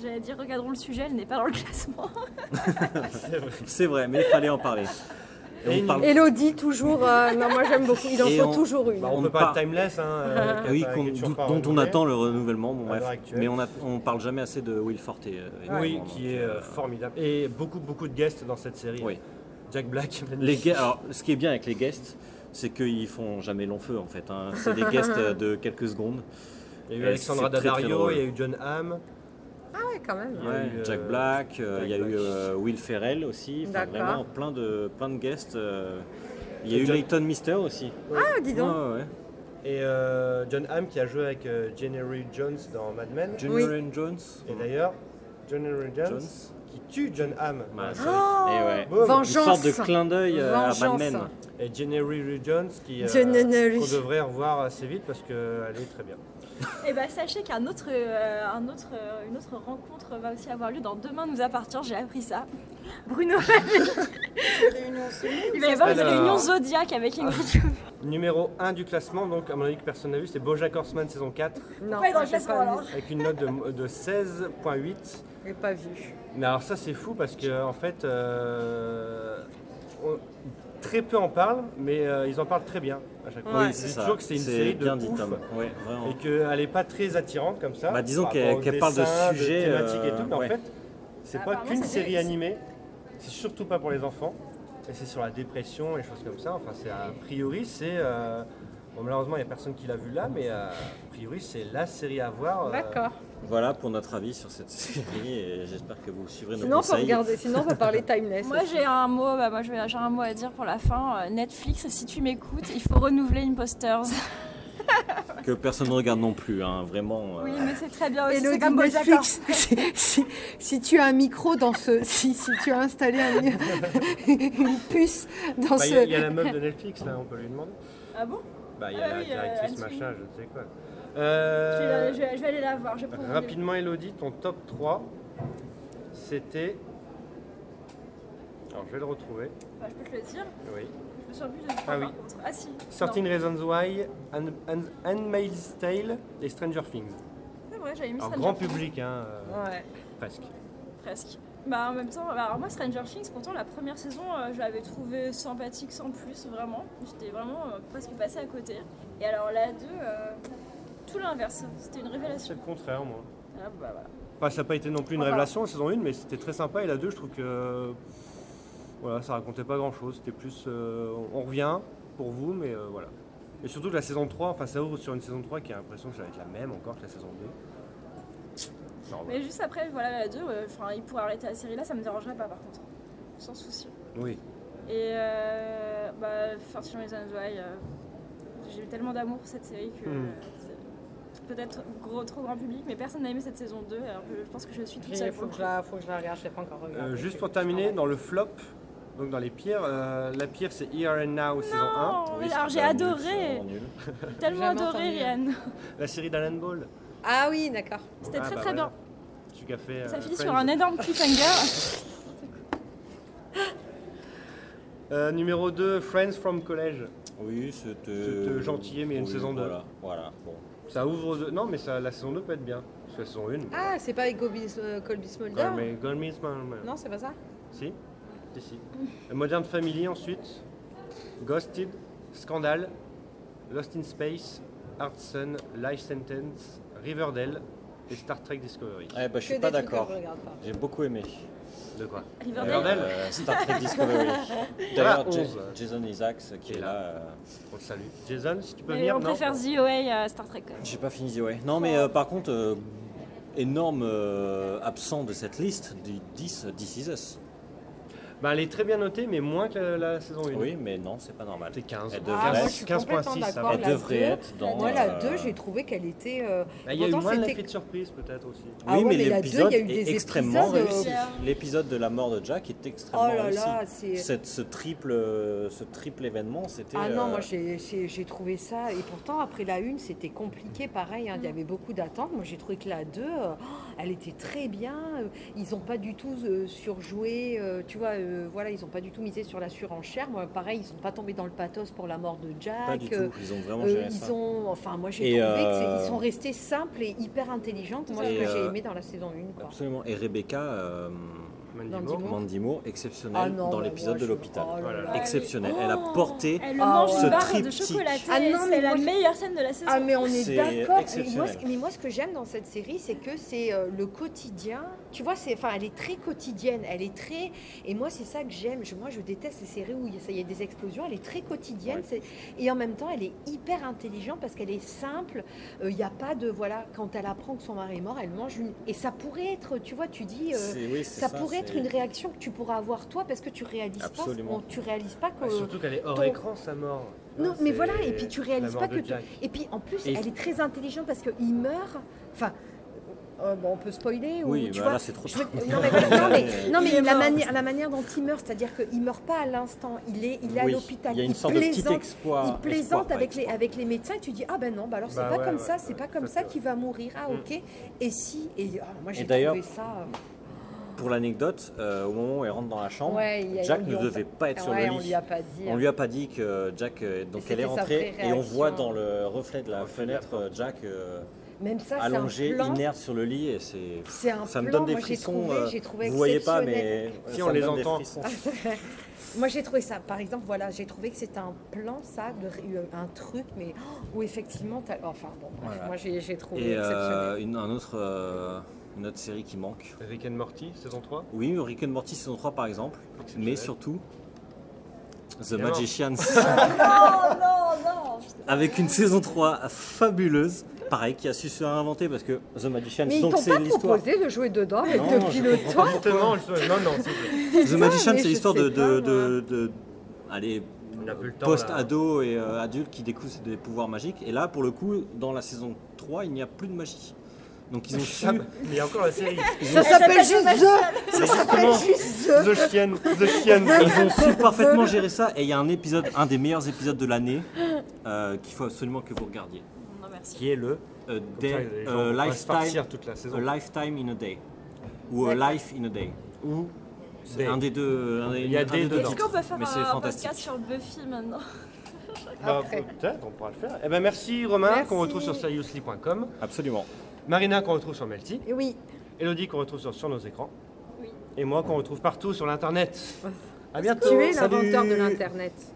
[SPEAKER 4] J'allais dire, regardons le sujet, elle n'est pas dans le classement.
[SPEAKER 3] c'est vrai, mais il fallait en parler.
[SPEAKER 2] Et
[SPEAKER 3] on
[SPEAKER 2] une-
[SPEAKER 3] parle.
[SPEAKER 5] Élodie, toujours. euh, non, moi j'aime beaucoup. Il en
[SPEAKER 3] Et
[SPEAKER 5] faut
[SPEAKER 3] on-
[SPEAKER 5] toujours une.
[SPEAKER 2] Bah, on
[SPEAKER 3] On
[SPEAKER 2] peut
[SPEAKER 3] part-
[SPEAKER 2] pas le timeless, hein, euh, qui a
[SPEAKER 3] Oui,
[SPEAKER 2] pas-
[SPEAKER 3] qu'on-
[SPEAKER 2] qui est toujours
[SPEAKER 3] dont-
[SPEAKER 2] pas
[SPEAKER 3] dont on
[SPEAKER 2] renouvelé.
[SPEAKER 3] attend le renouvellement. Bon,
[SPEAKER 2] À l'heure
[SPEAKER 3] bref.
[SPEAKER 2] actuelle.
[SPEAKER 3] Mais on, a- on parle jamais assez de Will Forte. euh,
[SPEAKER 2] Oui,
[SPEAKER 3] évidemment, donc,
[SPEAKER 2] qui est euh,
[SPEAKER 3] euh,
[SPEAKER 2] formidable. Et beaucoup, beaucoup de guests dans cette série.
[SPEAKER 3] Oui.
[SPEAKER 2] Jack Black,
[SPEAKER 3] Les gue- alors, ce qui est bien avec les guests, c'est qu'ils font jamais long feu en fait. hein. C'est des guests euh, de quelques secondes.
[SPEAKER 2] il y a eu
[SPEAKER 3] Et
[SPEAKER 2] Alexandra
[SPEAKER 3] Eh, c'est très, très
[SPEAKER 2] Daddario,
[SPEAKER 3] drôle.
[SPEAKER 2] il y a eu John Hamm.
[SPEAKER 5] Ouais, quand même.
[SPEAKER 2] y a
[SPEAKER 3] Ouais,
[SPEAKER 2] eu, euh,
[SPEAKER 3] Jack Black, euh,
[SPEAKER 2] Jack
[SPEAKER 3] il y a
[SPEAKER 2] Black.
[SPEAKER 3] eu euh, Will Ferrell aussi. Enfin,
[SPEAKER 5] D'accord.
[SPEAKER 3] vraiment plein de, plein de guests. euh. Il y a
[SPEAKER 2] Et
[SPEAKER 3] eu
[SPEAKER 2] Jack-
[SPEAKER 3] Leighton Mister aussi.
[SPEAKER 5] Ah, dis donc.
[SPEAKER 3] Ouais, ouais, ouais.
[SPEAKER 2] Et euh, John Hamm qui a joué avec euh, January Jones dans Mad Men.
[SPEAKER 3] Junior and Jones.
[SPEAKER 2] Et d'ailleurs, January Jones,
[SPEAKER 3] Jones.
[SPEAKER 2] qui tue John Hamm. dans la
[SPEAKER 5] Ah
[SPEAKER 3] Ouais.
[SPEAKER 2] série.
[SPEAKER 3] Et ouais.
[SPEAKER 2] Boum.
[SPEAKER 5] Vengeance.
[SPEAKER 3] Une sorte de clin d'œil euh, à Mad
[SPEAKER 5] Vengeance.
[SPEAKER 3] Men.
[SPEAKER 2] Et January Jones qui euh,
[SPEAKER 5] January.
[SPEAKER 2] qu'on devrait revoir assez vite parce qu'elle est très bien.
[SPEAKER 4] Et bah sachez qu'un autre, euh, un autre, euh, une autre rencontre va aussi avoir lieu dans Demain nous appartient, j'ai appris ça. Bruno Il va y avoir une
[SPEAKER 2] Alors-
[SPEAKER 4] réunion Zodiac avec Ingrid.
[SPEAKER 2] Numéro 1 du classement, donc à mon avis que personne n'a vu, c'est Bojack Horseman saison 4
[SPEAKER 5] Non,
[SPEAKER 4] Pas dans le
[SPEAKER 5] j'ai
[SPEAKER 4] classement,
[SPEAKER 5] pas vu.
[SPEAKER 4] alors.
[SPEAKER 2] avec une note de, de 16.8.
[SPEAKER 5] J'ai pas vu.
[SPEAKER 2] Mais alors ça c'est fou parce que en fait euh, on- très peu en parlent, mais euh, ils en parlent très bien à chaque fois.
[SPEAKER 5] Ouais.
[SPEAKER 2] Ils
[SPEAKER 3] c'est
[SPEAKER 2] disent
[SPEAKER 3] ça.
[SPEAKER 2] toujours que c'est une série de
[SPEAKER 3] bien dit,
[SPEAKER 2] ouf
[SPEAKER 3] Tom. Ouais, vraiment.
[SPEAKER 2] et qu'elle n'est pas très attirante comme ça.
[SPEAKER 3] Bah, disons
[SPEAKER 2] par
[SPEAKER 3] qu'elle-
[SPEAKER 2] rapport au
[SPEAKER 3] qu'elle parle de
[SPEAKER 2] dessin,
[SPEAKER 3] sujets,
[SPEAKER 2] thématiques et
[SPEAKER 3] euh,
[SPEAKER 2] tout, mais
[SPEAKER 3] ouais.
[SPEAKER 2] en fait c'est
[SPEAKER 4] Ah,
[SPEAKER 2] pas
[SPEAKER 4] apparemment,
[SPEAKER 2] qu'une
[SPEAKER 4] c'est
[SPEAKER 2] série
[SPEAKER 4] des-
[SPEAKER 2] animée, c'est surtout pas pour les enfants et c'est sur la dépression et choses comme ça. Enfin c'est a priori c'est euh, bon, malheureusement il n'y a personne qui l'a vu là, mais euh, a priori c'est la série à voir. euh,
[SPEAKER 5] D'accord.
[SPEAKER 3] Voilà pour notre avis sur cette série et j'espère que vous suivrez nos
[SPEAKER 5] Sinon, on peut
[SPEAKER 3] conseils.
[SPEAKER 5] regarder. Sinon, on peut parler timeless.
[SPEAKER 4] Moi j'ai un mot, bah, moi je vais- j'ai un mot à dire pour la fin. Euh, Netflix, si tu m'écoutes, il faut renouveler Imposters.
[SPEAKER 3] Que personne ne regarde non plus, hein, vraiment. euh,
[SPEAKER 4] Oui mais c'est très bien aussi,
[SPEAKER 5] Elodie
[SPEAKER 4] c'est comme Bojack hein.
[SPEAKER 5] Netflix, si, si- si tu as un micro dans ce, si, si tu as installé un- une puce dans
[SPEAKER 2] bah, Il y a- il y,
[SPEAKER 5] ce,
[SPEAKER 2] a la meuf de Netflix là, on peut lui demander.
[SPEAKER 4] Horseman. Ah bon
[SPEAKER 2] Bah il y
[SPEAKER 4] Ah
[SPEAKER 2] a la
[SPEAKER 4] oui, euh,
[SPEAKER 2] directrice
[SPEAKER 4] Anne Swing.
[SPEAKER 2] machin, je ne sais quoi.
[SPEAKER 4] je, vais,
[SPEAKER 2] Euh,
[SPEAKER 4] la- je vais- je vais aller la voir, je vais prendre rendez-vous.
[SPEAKER 2] Rapidement, Elodie, ton top 3, c'était. Alors, je vais le retrouver.
[SPEAKER 4] Enfin, je peux te le dire,
[SPEAKER 2] Oui.
[SPEAKER 4] je me souviens plus de toi
[SPEAKER 2] Ah oui.
[SPEAKER 4] par contre. Ah si. non.
[SPEAKER 2] 13 Reasons Why, Anne- Anne- Handmaid's Tale et Stranger Things.
[SPEAKER 4] C'est vrai, j'avais mis
[SPEAKER 2] Alors,
[SPEAKER 4] Stranger
[SPEAKER 2] grand
[SPEAKER 4] Things.
[SPEAKER 2] public, hein, euh, presque.
[SPEAKER 4] Presque. Bah en même temps, bah, alors moi Stranger Things, pourtant la première saison, euh, je l'avais trouvée sympathique sans plus, vraiment. J'étais vraiment euh, presque passée à côté. Et alors la 2, euh, tout l'inverse, c'était une
[SPEAKER 2] C'est
[SPEAKER 4] révélation.
[SPEAKER 2] le contraire, moi.
[SPEAKER 4] Ah, bah, voilà.
[SPEAKER 2] Enfin, ça n'a pas été non plus une
[SPEAKER 4] Enfin.
[SPEAKER 2] révélation la saison 1, mais c'était très sympa. Et la 2, je trouve que. Voilà, ça racontait pas grand chose. C'était plus. euh, on revient pour vous, mais euh, voilà. Et surtout que la saison 3, enfin, ça ouvre sur une saison 3 qui a l'impression que ça va être la même encore que la saison 2. Genre, voilà.
[SPEAKER 4] Mais juste après, voilà la 2, euh, enfin ils pourraient arrêter la série là, ça me dérangerait pas par contre. Sans souci.
[SPEAKER 2] Oui.
[SPEAKER 4] Et euh, bah, Fortune Reasons Why, euh, j'ai eu tellement d'amour pour cette série que.
[SPEAKER 2] Hmm.
[SPEAKER 4] euh, c'est Peut-être gros, trop grand public, mais personne n'a aimé cette saison 2, alors que je pense que je suis toute
[SPEAKER 5] Il
[SPEAKER 4] seule
[SPEAKER 5] faut
[SPEAKER 4] pour
[SPEAKER 5] que je la, faut que je la regarde, je l'ai pas encore regardée.
[SPEAKER 2] Euh, juste pour terminer, dans le flop, donc dans les pires, euh, la pire c'est Here and Now saison 1,
[SPEAKER 4] Oh,
[SPEAKER 3] oui, c'est
[SPEAKER 4] alors j'ai
[SPEAKER 3] pas nul, c'est
[SPEAKER 4] adoré,
[SPEAKER 3] vraiment nul.
[SPEAKER 4] tellement
[SPEAKER 5] Jamais
[SPEAKER 4] adoré
[SPEAKER 5] entendu.
[SPEAKER 4] Rihanna.
[SPEAKER 2] la série d'Alan Ball.
[SPEAKER 5] Ah oui, d'accord.
[SPEAKER 4] C'était
[SPEAKER 2] Ah,
[SPEAKER 4] très
[SPEAKER 2] bah
[SPEAKER 4] très
[SPEAKER 2] voilà.
[SPEAKER 4] bien.
[SPEAKER 2] Tu qu'as fait. euh,
[SPEAKER 4] Ça finit
[SPEAKER 2] Friends.
[SPEAKER 4] sur un énorme cliffhanger.
[SPEAKER 2] Euh, numéro 2, Friends from College.
[SPEAKER 3] Oui, c'était.
[SPEAKER 2] C'était gentillet, mais il y a une
[SPEAKER 3] oui,
[SPEAKER 2] saison deux.
[SPEAKER 3] Voilà, voilà. Bon.
[SPEAKER 2] Ça ouvre. de- Non, mais ça, la saison 2 peut être bien. Parce que la saison 1.
[SPEAKER 5] Ah, c'est pas avec Gobi- euh, Colby Smolder
[SPEAKER 2] mais Goldman's Man- Man.
[SPEAKER 5] Non, c'est pas ça
[SPEAKER 2] Si Si, si. Euh, Modern Family ensuite. Ghosted. Scandal. Lost in Space. Hardson. Life Sentence. Riverdale. Et Star Trek Discovery.
[SPEAKER 3] Eh ben, je suis
[SPEAKER 5] Que
[SPEAKER 3] pas
[SPEAKER 5] des trucs que
[SPEAKER 3] d'accord.
[SPEAKER 5] je regarde pas.
[SPEAKER 3] J'ai beaucoup aimé.
[SPEAKER 2] De quoi
[SPEAKER 4] Riverdale,
[SPEAKER 2] Riverdale.
[SPEAKER 3] Euh, Star Trek Discovery. D'ailleurs, Ja-
[SPEAKER 2] onze.
[SPEAKER 3] Jason Isaacs qui
[SPEAKER 2] Qui est
[SPEAKER 3] est là. euh,
[SPEAKER 2] On le salue. Jason, si tu peux
[SPEAKER 4] mais
[SPEAKER 2] venir.
[SPEAKER 4] on
[SPEAKER 2] non
[SPEAKER 4] préfère The OA à Star Trek. quand même.
[SPEAKER 3] J'ai pas fini The Way. Non, mais euh, par contre, euh, énorme euh, absent de cette liste du 10 This Is Us.
[SPEAKER 2] Bah, elle est très bien notée, mais moins que la, la saison 1.
[SPEAKER 3] Oui, mais non, c'est pas normal.
[SPEAKER 2] C'est 15.
[SPEAKER 3] Elle
[SPEAKER 5] Ah,
[SPEAKER 3] devrait,
[SPEAKER 5] moi, je
[SPEAKER 3] être,
[SPEAKER 5] suis
[SPEAKER 2] 15.6,
[SPEAKER 5] complètement
[SPEAKER 2] ça
[SPEAKER 5] d'accord.
[SPEAKER 2] va.
[SPEAKER 3] elle
[SPEAKER 5] la
[SPEAKER 3] devrait
[SPEAKER 5] deux-
[SPEAKER 3] être dans.
[SPEAKER 5] Moi, la
[SPEAKER 3] euh,
[SPEAKER 5] 2, j'ai trouvé qu'elle était. euh,
[SPEAKER 2] Bah, Il y a eu
[SPEAKER 5] Pourtant,
[SPEAKER 2] moins de
[SPEAKER 5] c'était-
[SPEAKER 2] l'effet de surprise, peut-être aussi.
[SPEAKER 5] Ah
[SPEAKER 3] oui,
[SPEAKER 5] ouais,
[SPEAKER 3] mais
[SPEAKER 5] mais la deux,
[SPEAKER 3] l'épisode
[SPEAKER 5] il y a eu des
[SPEAKER 3] est extrêmement
[SPEAKER 5] épisodes,
[SPEAKER 3] réussi.
[SPEAKER 4] euh,
[SPEAKER 3] L'épisode de la mort de Jack est extrêmement
[SPEAKER 5] Oh là
[SPEAKER 3] réussi.
[SPEAKER 5] là, c'est.
[SPEAKER 3] Cette- ce, triple, euh, ce triple événement, c'était.
[SPEAKER 5] Ah non,
[SPEAKER 3] euh,
[SPEAKER 5] moi j'ai- j'ai j'ai trouvé ça. Et pourtant, après la une, c'était compliqué, pareil. hein, Il y avait beaucoup d'attentes. Moi, j'ai trouvé que la 2, euh, oh, elle était très bien. Euh, Ils n'ont pas du tout euh, surjoué. euh, tu vois, euh, voilà, ils n'ont pas du tout misé sur la surenchère. Moi, pareil, ils sont pas tombés dans le pathos pour la mort de Jack.
[SPEAKER 3] Pas du
[SPEAKER 5] euh,
[SPEAKER 3] tout. Ils ont vraiment
[SPEAKER 5] euh,
[SPEAKER 3] géré
[SPEAKER 5] ils
[SPEAKER 3] ça.
[SPEAKER 5] ont, enfin, moi j'ai
[SPEAKER 3] Et,
[SPEAKER 5] trouvé
[SPEAKER 3] euh,
[SPEAKER 5] qu'ils sont restés simples et hyper intelligentes. Moi, ce
[SPEAKER 3] Et,
[SPEAKER 5] que j'ai
[SPEAKER 3] euh,
[SPEAKER 5] aimé dans la saison 1, quoi.
[SPEAKER 3] Absolument. Et Rebecca, euh,
[SPEAKER 2] Mandy
[SPEAKER 5] Dans le
[SPEAKER 2] Moore.
[SPEAKER 5] dimanche.
[SPEAKER 3] Mandy Moore, exceptionnelle dans
[SPEAKER 5] bah,
[SPEAKER 3] l'épisode
[SPEAKER 5] moi,
[SPEAKER 3] de
[SPEAKER 5] je-
[SPEAKER 3] l'hôpital.
[SPEAKER 5] oh là
[SPEAKER 2] Voilà.
[SPEAKER 5] là.
[SPEAKER 4] Ah oui.
[SPEAKER 3] Exceptionnelle. Elle a porté.
[SPEAKER 4] Elle
[SPEAKER 5] Ah
[SPEAKER 2] oh,
[SPEAKER 4] mange
[SPEAKER 5] ouais.
[SPEAKER 4] une barre de
[SPEAKER 3] Triptyque.
[SPEAKER 4] chocolaté.
[SPEAKER 5] Ah non, mais
[SPEAKER 4] c'est la
[SPEAKER 5] moi, je-
[SPEAKER 4] meilleure scène de la saison.
[SPEAKER 5] Ah mais on est,
[SPEAKER 3] C'est
[SPEAKER 5] d'accord. Mais moi,
[SPEAKER 3] exceptionnel.
[SPEAKER 5] ce- mais moi, ce que j'aime dans cette série, c'est que c'est euh, le quotidien. Tu vois, c'est, enfin, elle est très quotidienne. Elle est très. Et moi, c'est ça que j'aime. Je- moi, je déteste les séries où il y a- ça, il y a des explosions. Elle est très quotidienne. c'est- Et en même temps, elle est hyper intelligente parce qu'elle est simple. Euh, Il n'y a pas de voilà. Quand elle apprend que son mari est mort, elle mange une. Et ça pourrait être. Tu vois, tu dis. euh,
[SPEAKER 3] c'est- oui, c'est
[SPEAKER 5] ça, pourrait
[SPEAKER 3] c'est-
[SPEAKER 5] être une réaction que tu pourras avoir toi parce que tu réalises
[SPEAKER 3] Absolument.
[SPEAKER 5] pas, tu réalises pas que
[SPEAKER 2] Ah, surtout qu'elle est hors
[SPEAKER 5] Euh, ton-
[SPEAKER 2] écran, sa mort. Tu
[SPEAKER 5] non,
[SPEAKER 2] vois,
[SPEAKER 5] mais
[SPEAKER 2] c'est
[SPEAKER 5] voilà, et puis tu réalises
[SPEAKER 2] la
[SPEAKER 5] pas
[SPEAKER 2] mort
[SPEAKER 5] que.
[SPEAKER 2] de
[SPEAKER 5] tu-
[SPEAKER 2] Jack.
[SPEAKER 5] Et puis en plus,
[SPEAKER 2] Et-
[SPEAKER 5] elle est très intelligente parce qu'il meurt. Enfin, euh, bon, on peut spoiler
[SPEAKER 3] Oui,
[SPEAKER 5] ou tu
[SPEAKER 3] bah
[SPEAKER 5] vois.
[SPEAKER 3] là, c'est trop
[SPEAKER 5] je veux-
[SPEAKER 3] tard.
[SPEAKER 5] non, mais, voilà, non, mais- non,
[SPEAKER 4] Il
[SPEAKER 5] mais
[SPEAKER 4] est
[SPEAKER 5] la,
[SPEAKER 4] mort.
[SPEAKER 5] manière, la manière dont il meurt, c'est-à-dire qu'il meurt pas à l'instant, il est, il est à
[SPEAKER 3] Oui,
[SPEAKER 5] l'hôpital,
[SPEAKER 3] Il y a une sorte de petit
[SPEAKER 5] plaisante,
[SPEAKER 3] exploit.
[SPEAKER 5] il plaisante
[SPEAKER 3] espoir, pas
[SPEAKER 5] avec, les,
[SPEAKER 3] exploit.
[SPEAKER 5] avec les médecins, et tu dis ah ben non, bah alors c'est
[SPEAKER 2] Bah
[SPEAKER 5] pas
[SPEAKER 2] ouais,
[SPEAKER 5] comme
[SPEAKER 2] ouais,
[SPEAKER 5] ça, c'est
[SPEAKER 2] ouais,
[SPEAKER 5] pas comme
[SPEAKER 2] ça,
[SPEAKER 5] ça
[SPEAKER 2] c'est
[SPEAKER 5] qu'il va mourir, ah ok, et si, et ah, moi j'ai
[SPEAKER 3] Mm. d'ailleurs-
[SPEAKER 5] trouvé ça.
[SPEAKER 3] Pour l'anecdote, euh, au moment où elle rentre dans la chambre,
[SPEAKER 5] Ouais, il y a-
[SPEAKER 3] Jack
[SPEAKER 5] on
[SPEAKER 3] ne
[SPEAKER 5] lui a- ah
[SPEAKER 3] devait pas être sur
[SPEAKER 5] ouais,
[SPEAKER 3] le
[SPEAKER 5] on
[SPEAKER 3] lit.
[SPEAKER 5] lui a pas dit. hein.
[SPEAKER 3] On lui a pas dit que Jack. euh, Donc elle
[SPEAKER 5] c'était
[SPEAKER 3] est
[SPEAKER 5] sa
[SPEAKER 3] rentrée
[SPEAKER 5] vraie
[SPEAKER 3] et on voit
[SPEAKER 5] réaction.
[SPEAKER 3] dans le reflet de la fenêtre euh, Jack euh,
[SPEAKER 5] Même ça, c'est un
[SPEAKER 3] allongé,
[SPEAKER 5] plan.
[SPEAKER 3] inerte sur le lit et c'est.
[SPEAKER 5] C'est un
[SPEAKER 3] Ça me
[SPEAKER 5] plan,
[SPEAKER 3] donne des
[SPEAKER 5] moi, j'ai
[SPEAKER 3] frissons.
[SPEAKER 5] trouvé-
[SPEAKER 3] euh,
[SPEAKER 5] j'ai trouvé
[SPEAKER 3] vous voyez pas, mais
[SPEAKER 5] exceptionnel. Ah,
[SPEAKER 2] Si,
[SPEAKER 3] ça
[SPEAKER 2] on
[SPEAKER 3] me
[SPEAKER 2] les
[SPEAKER 3] donne des
[SPEAKER 2] entend.
[SPEAKER 3] frissons.
[SPEAKER 5] Moi j'ai trouvé ça, par exemple, voilà, j'ai trouvé que c'était un plan, ça, de- euh, un truc, mais oh, où effectivement, t'as- enfin bon, bref,
[SPEAKER 3] Voilà.
[SPEAKER 5] moi j'ai j'ai trouvé
[SPEAKER 3] Et euh,
[SPEAKER 5] exceptionnel.
[SPEAKER 3] une, un autre, euh, une autre série qui manque.
[SPEAKER 2] Rick and Morty, saison 3.
[SPEAKER 3] Oui, Rick and Morty saison 3 par exemple, mais surtout The
[SPEAKER 2] Évidemment.
[SPEAKER 3] Magicians.
[SPEAKER 4] non, non
[SPEAKER 3] Avec une saison 3 fabuleuse, pareil, qui a su se réinventer parce que The Magicians,
[SPEAKER 5] Mais ils
[SPEAKER 3] donc
[SPEAKER 5] t'ont
[SPEAKER 3] c'est
[SPEAKER 5] pas
[SPEAKER 3] l'histoire.
[SPEAKER 5] proposé de jouer dedans mais
[SPEAKER 3] Non,
[SPEAKER 5] depuis
[SPEAKER 3] je
[SPEAKER 5] le temps.
[SPEAKER 2] Ah, Justement, je- non, non, s'il vous plaît.
[SPEAKER 3] The Magician,
[SPEAKER 5] mais
[SPEAKER 3] c'est
[SPEAKER 5] je
[SPEAKER 3] l'histoire
[SPEAKER 5] sais
[SPEAKER 3] de, de,
[SPEAKER 5] pas,
[SPEAKER 3] de, de- allez,
[SPEAKER 2] On n'a plus le temps, là.
[SPEAKER 3] post-ado et euh, adulte qui découvrent des pouvoirs magiques. Et là, pour le coup, dans la saison 3, il n'y a plus de magie. Donc ils ont su.
[SPEAKER 2] Ah, bah, mais il y a encore la série.
[SPEAKER 5] Ça s'appelle juste The. Ça s'appelle juste The.
[SPEAKER 2] The Chienne, The Chienne.
[SPEAKER 3] Ils ont su parfaitement gérer ça. Et il y a un épisode, un des meilleurs épisodes de l'année, euh, qu'il faut absolument que vous regardiez,
[SPEAKER 4] Non, merci.
[SPEAKER 3] qui est le euh,
[SPEAKER 2] Comme
[SPEAKER 3] Day-
[SPEAKER 2] ça, les gens
[SPEAKER 3] euh,
[SPEAKER 2] vont pas se
[SPEAKER 3] Lifetime,
[SPEAKER 2] farcir toute la saison.
[SPEAKER 3] A Lifetime in a Day. Ou A Life in a Day.
[SPEAKER 2] Ou
[SPEAKER 3] C'est un des deux. un des-
[SPEAKER 2] Il y a
[SPEAKER 3] un
[SPEAKER 2] des
[SPEAKER 3] des deux
[SPEAKER 2] dedans.
[SPEAKER 4] Est-ce qu'on peut faire
[SPEAKER 3] Mais c'est
[SPEAKER 4] un
[SPEAKER 3] fantastique.
[SPEAKER 4] podcast sur Buffy maintenant
[SPEAKER 2] Bah,
[SPEAKER 5] Après.
[SPEAKER 2] Peut-être, on pourra le faire. Eh ben, merci Romain,
[SPEAKER 5] Merci.
[SPEAKER 2] qu'on retrouve sur seriously.com.
[SPEAKER 3] Absolument.
[SPEAKER 2] Marina, qu'on retrouve sur Melty.
[SPEAKER 5] Et oui,
[SPEAKER 2] Elodie, qu'on retrouve sur, sur nos écrans.
[SPEAKER 4] Oui.
[SPEAKER 2] Et moi, qu'on retrouve partout sur l'internet. À bientôt.
[SPEAKER 5] tu es
[SPEAKER 2] Salut.
[SPEAKER 5] l'inventeur de l'internet.